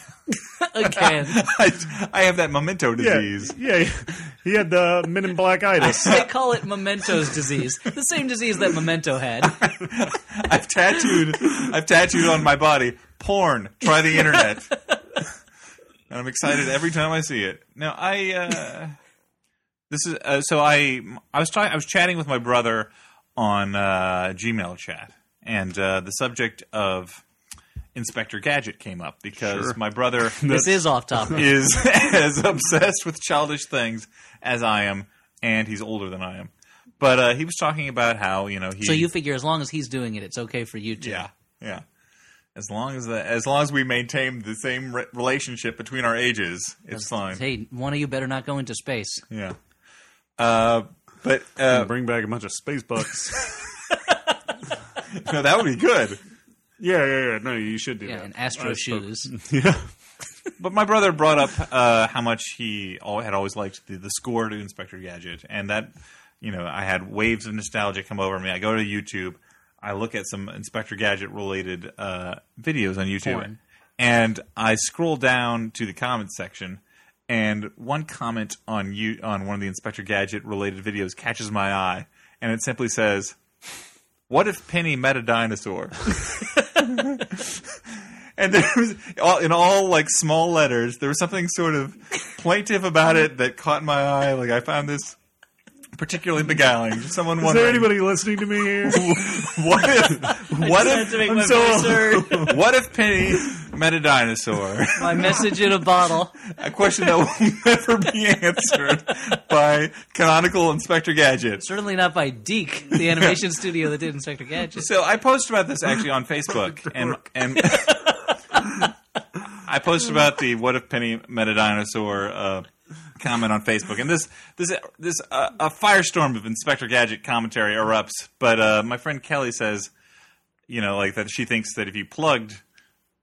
Speaker 4: Again,
Speaker 2: I, I have that memento disease.
Speaker 3: Yeah, yeah. He had the men in black itis.
Speaker 4: they call it mementos disease, the same disease that memento had.
Speaker 2: I've tattooed. I've tattooed on my body. Porn. Try the internet. and I'm excited every time I see it. Now I uh, this is uh, so I I was talking I was chatting with my brother on uh, Gmail chat, and uh, the subject of Inspector Gadget came up because
Speaker 3: Sure.
Speaker 2: my brother
Speaker 4: This is off topic.
Speaker 2: is as obsessed with childish things as I am, and he's older than I am. But uh, he was talking about how you know he
Speaker 4: so you figure as long as he's doing it, it's okay for you too.
Speaker 2: yeah yeah as long as the, as long as we maintain the same re- relationship between our ages, it's fine.
Speaker 4: Hey, one of you better not go into space.
Speaker 2: Yeah. Uh, but uh,
Speaker 3: Bring back a bunch of space bucks.
Speaker 2: no, that would be good.
Speaker 3: yeah, yeah, yeah. No, you should do
Speaker 4: Yeah,
Speaker 3: that.
Speaker 4: and astro
Speaker 3: I spoke-
Speaker 4: shoes.
Speaker 3: Yeah.
Speaker 2: But my brother brought up uh, how much he al- had always liked the, the score to Inspector Gadget, and that you know I had waves of nostalgia come over me. I go to YouTube, I look at some Inspector Gadget related uh, videos on YouTube,
Speaker 4: Porn.
Speaker 2: and I scroll down to the comments section, and one comment on you on one of the Inspector Gadget related videos catches my eye, and it simply says, "What if Penny met a dinosaur?" and there was all, in all like small letters there was something sort of plaintive about it that caught my eye like i found this particularly beguiling someone
Speaker 3: Is there
Speaker 2: wondering
Speaker 3: anybody listening to me here?
Speaker 2: what if what if
Speaker 4: my,
Speaker 2: what if penny met a dinosaur
Speaker 4: message in a bottle.
Speaker 2: a question that will never be answered by canonical inspector gadget
Speaker 4: Certainly not by Deke, the animation studio that did Inspector Gadget.
Speaker 2: So I posted about this actually on Facebook, and and I posted about the "What if Penny met a dinosaur" uh, comment on Facebook, and this this this uh, a firestorm of Inspector Gadget commentary erupts. But uh, my friend Kelly says, you know, like that she thinks that if you plugged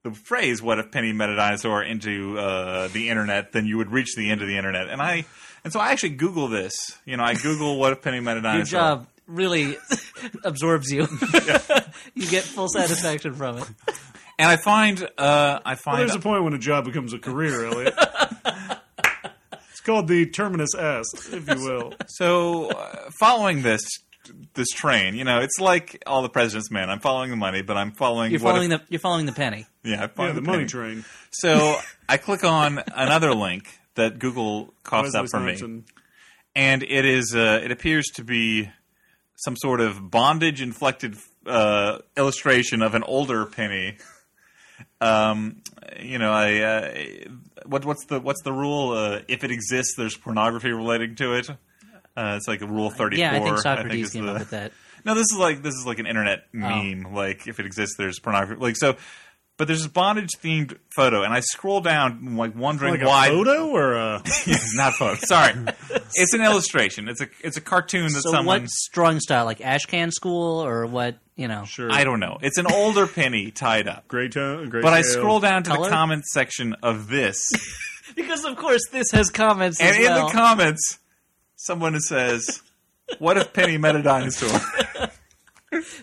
Speaker 2: the phrase "What if Penny met a dinosaur" into uh, the internet, then you would reach the end of the internet, and I. And so I actually Google this. You know, I Google what if Penny met a dinosaur.
Speaker 4: Your job really absorbs you. you get full satisfaction from it.
Speaker 2: And I find uh, I
Speaker 3: Well,
Speaker 2: find
Speaker 3: there's a point when a job becomes a career, Elliot. it's called the terminus S, if you will.
Speaker 2: So, uh, following this this train, you know, it's like all the president's man. I'm following the money, but I'm following
Speaker 4: You're
Speaker 2: what
Speaker 4: following the you're following the penny.
Speaker 2: the yeah, I'm
Speaker 3: Yeah,
Speaker 2: following
Speaker 3: the money
Speaker 2: penny.
Speaker 3: train.
Speaker 2: So I click on another link that Google coughs
Speaker 3: Wesley
Speaker 2: up for me,
Speaker 3: Snipes
Speaker 2: and it is uh, it appears to be some sort of bondage inflected uh, illustration of an older penny. Um, you know, I uh, what what's the what's the rule? Uh, if it exists, there's pornography relating to it. Uh, it's like a rule thirty-four.
Speaker 4: Yeah, I think
Speaker 2: is
Speaker 4: Socrates came
Speaker 2: the-
Speaker 4: up with Oh. that.
Speaker 2: no, this is like this is like an internet meme. Like if it exists, there's pornography. Like so, but there's this bondage themed photo, and I scroll down like wondering
Speaker 3: Like a
Speaker 2: why.
Speaker 3: photo or a
Speaker 2: Yes, not photo. Sorry, it's an illustration. It's a it's a cartoon that
Speaker 4: So
Speaker 2: someone.
Speaker 4: what drawing style? Like Ashcan School or what, you know?
Speaker 3: sure.
Speaker 2: I don't know. It's an older penny tied up.
Speaker 3: Gray town. Gray
Speaker 2: But I
Speaker 3: tail.
Speaker 2: scroll down to
Speaker 4: Color?
Speaker 2: the comments section of this,
Speaker 4: Because of course this has comments
Speaker 2: and
Speaker 4: as well.
Speaker 2: in the comments, someone says, "What if Penny met a dinosaur?"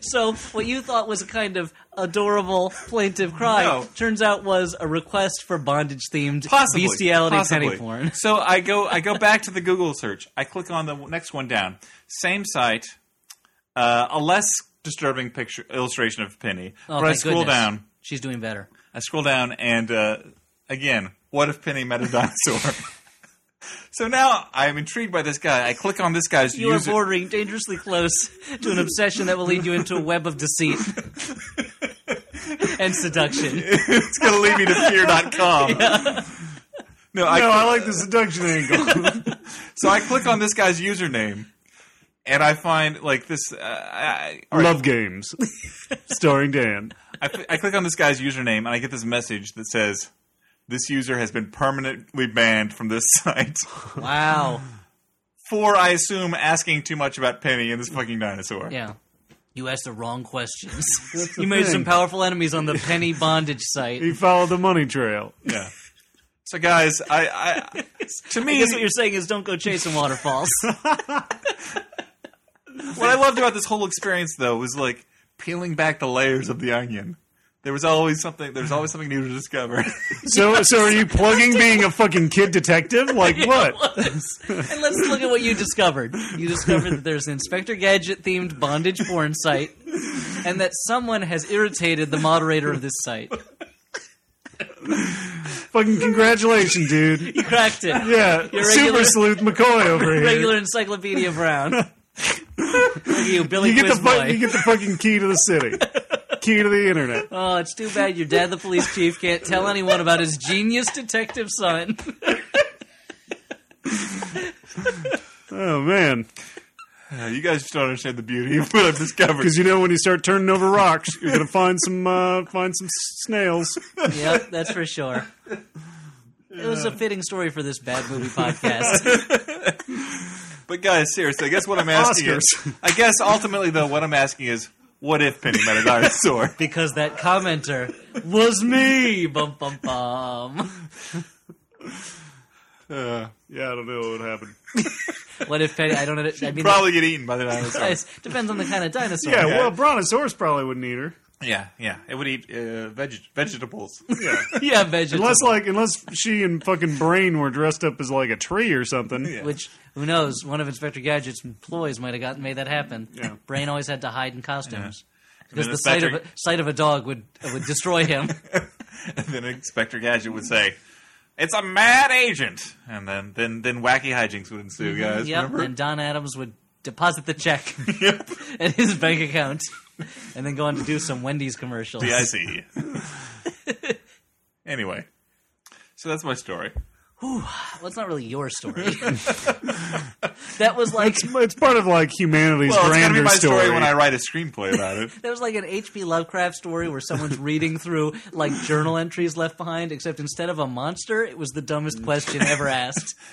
Speaker 4: So what you thought was a kind of adorable plaintive cry
Speaker 2: No.
Speaker 4: turns out was a request for bondage themed
Speaker 2: possibly
Speaker 4: bestiality
Speaker 2: possibly.
Speaker 4: penny porn.
Speaker 2: So I go I go back to the Google search. I click on the next one down. Same site, uh, a less disturbing picture illustration of Penny.
Speaker 4: Oh,
Speaker 2: but I
Speaker 4: thank
Speaker 2: scroll
Speaker 4: goodness.
Speaker 2: down.
Speaker 4: She's doing better.
Speaker 2: I scroll down and uh, again, what if Penny met a dinosaur? so now I'm intrigued by this guy. I click on this guy's
Speaker 4: You are
Speaker 2: user.
Speaker 4: bordering dangerously close to an obsession that will lead you into a web of deceit and seduction.
Speaker 2: it's going to lead me to fear.com. No, I,
Speaker 3: No, I like the seduction angle.
Speaker 2: so I click on this guy's username, and I find like this. Uh, I, all right,
Speaker 3: Love games, starring Dan.
Speaker 2: I, f- I click on this guy's username and I get this message that says, "This user has been permanently banned from this site
Speaker 4: Wow.
Speaker 2: for, I assume, asking too much about Penny and this fucking dinosaur."
Speaker 4: Yeah. You asked the wrong questions.
Speaker 3: That's the
Speaker 4: you made
Speaker 3: thing.
Speaker 4: some powerful enemies on the penny bondage site.
Speaker 3: He followed the money trail.
Speaker 2: Yeah. So, guys, I, I to
Speaker 4: I
Speaker 2: me,
Speaker 4: guess what you're saying is don't go chasing waterfalls.
Speaker 2: what I loved about this whole experience, though, was like peeling back the layers of the onion. There was always something. There was always something new to discover.
Speaker 3: So, so are you plugging being a fucking kid detective? Like what?
Speaker 4: and let's look at what you discovered. You discovered that there's an Inspector Gadget themed bondage porn site, and that someone has irritated the moderator of this site.
Speaker 3: Fucking congratulations, dude.
Speaker 4: You cracked it.
Speaker 3: Yeah, super
Speaker 4: regular-
Speaker 3: sleuth McCoy over here.
Speaker 4: Regular Encyclopedia Brown. Look at you, Billy
Speaker 3: you get the
Speaker 4: Quiz
Speaker 3: fu-
Speaker 4: Boy.
Speaker 3: you get the fucking key to the city, key to the internet.
Speaker 4: Oh, it's too bad your dad, the police chief, can't tell anyone about his genius detective son.
Speaker 3: Oh man,
Speaker 2: Uh, you guys just don't understand the beauty of what I've discovered.
Speaker 3: because you know when you start turning over rocks, you're gonna find some uh, find some s- snails.
Speaker 4: yep, that's for sure. It was a fitting story for this bad movie podcast.
Speaker 2: But guys, seriously, I guess what I'm asking is,
Speaker 3: Oscars.
Speaker 2: I guess ultimately though, what I'm asking is, what if Penny met a dinosaur?
Speaker 4: because that commenter was me. Bum bum bum.
Speaker 2: Uh,
Speaker 3: Yeah, I don't know what happened.
Speaker 4: What if Penny? I don't know. I mean,
Speaker 2: probably get eaten by the dinosaur.
Speaker 4: it depends on the kind of dinosaur.
Speaker 3: Yeah, well, brontosaurus probably wouldn't eat her.
Speaker 2: yeah, yeah, it would eat uh, veg- vegetables.
Speaker 3: Yeah,
Speaker 4: yeah, vegetable.
Speaker 3: unless like unless she and fucking Brain were dressed up as like a tree or something.
Speaker 2: Yeah.
Speaker 4: Which who knows? One of Inspector Gadget's employees might have gotten made that happen.
Speaker 3: Yeah.
Speaker 4: Brain always had to hide in costumes because
Speaker 2: then
Speaker 4: the sight of a,
Speaker 2: Inspector-
Speaker 4: sight of a dog would would destroy him.
Speaker 2: and then Inspector Gadget would say, "It's a mad agent," and then then then wacky hijinks would ensue, guys.
Speaker 4: Mm-hmm. yep,
Speaker 2: Remember?
Speaker 4: and Don Adams would deposit the check at his bank account, and then go on to do some Wendy's commercials.
Speaker 2: Yeah, I see. anyway, so that's my story.
Speaker 4: Well, it's not really your story. that was like
Speaker 3: It's, it's part of like humanity's
Speaker 2: Well, it's gonna be
Speaker 3: grander
Speaker 2: my story. when I write a screenplay about it.
Speaker 4: that was like an H.P. Lovecraft story where someone's reading through like journal entries left behind, except instead of a monster, it was the dumbest question ever asked.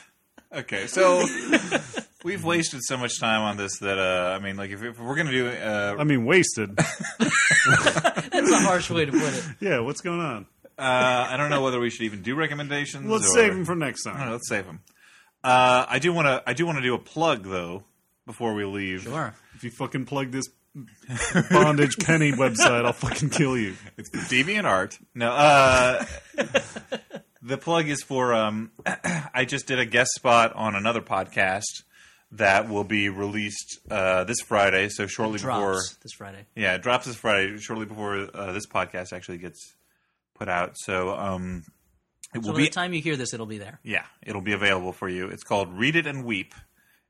Speaker 2: Okay, so we've wasted so much time on this that uh, I mean, like if, if we're gonna do, uh,
Speaker 3: I mean, wasted.
Speaker 4: That's a harsh way to put it.
Speaker 3: yeah, what's going on?
Speaker 2: uh, I don't know whether we should even do recommendations.
Speaker 3: Let's
Speaker 2: or,
Speaker 3: save them for next
Speaker 2: I don't know,
Speaker 3: time.
Speaker 2: let's save them. Uh, I do want to. I do want to do a plug though before we leave.
Speaker 4: Sure.
Speaker 3: If you fucking plug this bondage penny website, I'll fucking kill you.
Speaker 2: It's for DeviantArt. No, uh, the plug is for. Um, I just did a guest spot on another podcast that will be released uh, this Friday, so shortly before.
Speaker 4: Drops this Friday.
Speaker 2: Yeah, it drops this Friday, shortly before uh, this podcast actually gets put out. So um, it
Speaker 4: So
Speaker 2: will be.
Speaker 4: by the time you hear this, it'll be there.
Speaker 2: yeah, it'll be available for you. It's called "Read It and Weep."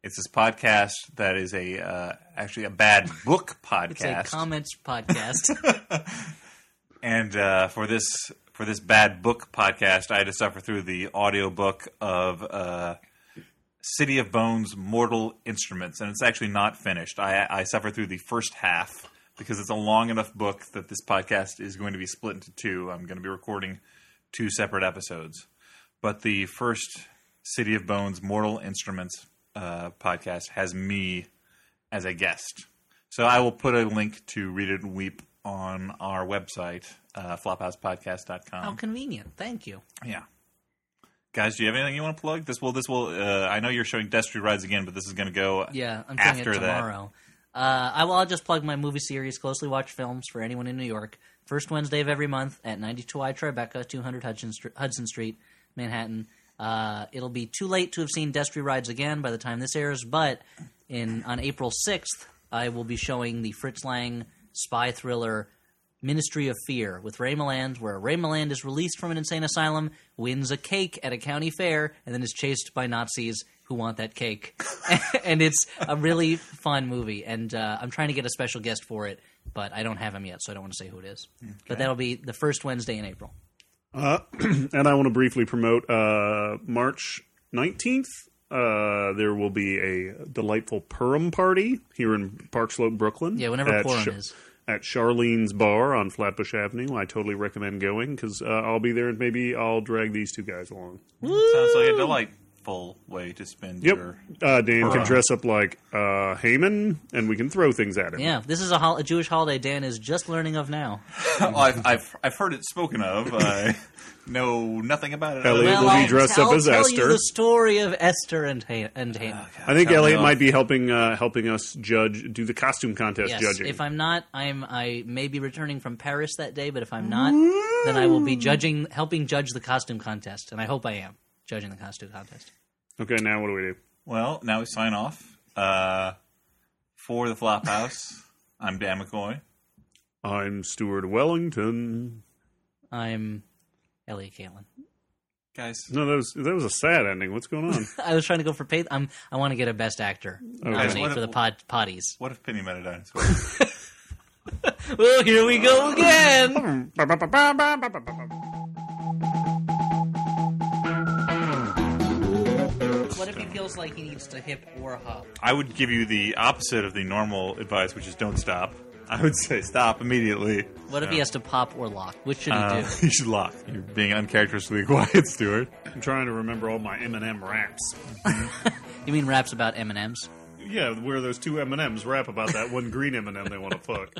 Speaker 2: It's this podcast that is a uh, actually a bad book podcast.
Speaker 4: It's a comments podcast.
Speaker 2: And uh, for this for this bad book podcast, I had to suffer through the audiobook of uh, City of Bones Mortal Instruments, and it's actually not finished. I, I suffered through the first half because it's a long enough book that this podcast is going to be split into two. I'm going to be recording two separate episodes. But the first City of Bones Mortal Instruments uh, podcast has me as a guest. So I will put a link to Read It and Weep on our website, uh, flophousepodcast.com.
Speaker 4: How convenient. Thank you.
Speaker 2: Yeah. Guys, do you have anything you want to plug? This will, this will. Uh, I know you're showing Destry Rides again, but this is going to go.
Speaker 4: Yeah, I'm doing
Speaker 2: after
Speaker 4: it
Speaker 2: that.
Speaker 4: tomorrow. Uh, I will I'll just plug my movie series, Closely Watched Films, for anyone in New York. First Wednesday of every month at 92i Tribeca, 200 Hudson, Str- Hudson Street, Manhattan. Uh, it'll be too late to have seen Destry Rides again by the time this airs, but in on April 6th, I will be showing the Fritz Lang spy thriller Ministry of Fear with Ray Milland, where Ray Milland is released from an insane asylum, wins a cake at a county fair, and then is chased by Nazis who want that cake. and it's a really fun movie, and uh, I'm trying to get a special guest for it, but I don't have him yet, so I don't want to say who it is. But that'll be the first Wednesday in April.
Speaker 3: Uh, and I want to briefly promote uh, March 19th. Uh, there will be a delightful Purim party here in Park Slope, Brooklyn.
Speaker 4: Yeah, whenever
Speaker 3: at
Speaker 4: Purim
Speaker 3: Sha-
Speaker 4: is.
Speaker 3: At Charlene's Bar on Flatbush Avenue. I totally recommend going because uh, I'll be there and maybe I'll drag these two guys along.
Speaker 2: Sounds like a delightful way to spend
Speaker 3: Yep.
Speaker 2: your.
Speaker 3: Uh, Dan can dress up like uh, Haman and we can throw things at him.
Speaker 4: Yeah, this is a, hol- a Jewish holiday Dan is just learning of now.
Speaker 2: Oh, I've, I've I've heard it spoken of. I know nothing about it.
Speaker 3: Elliot will be
Speaker 4: I'll
Speaker 3: dressed
Speaker 4: t-
Speaker 3: up
Speaker 4: I'll
Speaker 3: as
Speaker 4: tell
Speaker 3: Esther.
Speaker 4: You the story of Esther and ha- and Haman.
Speaker 3: I think
Speaker 2: Tell me
Speaker 3: Elliot
Speaker 2: off.
Speaker 3: might be helping uh, helping us judge do the costume contest
Speaker 4: Yes,
Speaker 3: judging.
Speaker 4: if I'm not, I'm I may be returning from Paris that day, but if I'm not, then I will be judging, helping judge the costume contest, and I hope I am judging the costume contest.
Speaker 3: okay, now what do we do?
Speaker 2: Well, now we sign off. Uh, for the Flop House, I'm Dan McCoy.
Speaker 3: I'm Stuart Wellington.
Speaker 4: I'm Elliot Caitlin.
Speaker 2: guys.
Speaker 3: No, that was that was a sad ending. What's going on?
Speaker 4: I was trying to go for pay. I'm, I want to get a best actor nominee
Speaker 2: What-
Speaker 4: for the pod, potties.
Speaker 2: What if Penny met a dinosaur? All
Speaker 4: Well, here we go again. What if he feels like he needs to hip or hop?
Speaker 2: I would give you the opposite of the normal advice, which is don't stop. I would say stop immediately.
Speaker 4: What if he has to pop or lock? Which should he
Speaker 2: Uh,
Speaker 4: do?
Speaker 2: you should lock. You're being uncharacteristically quiet, Stuart.
Speaker 3: I'm trying to remember all my Eminem raps.
Speaker 4: You mean raps about M and M's?
Speaker 3: Yeah, where those two M and M's rap about that one green M and M they want to fuck.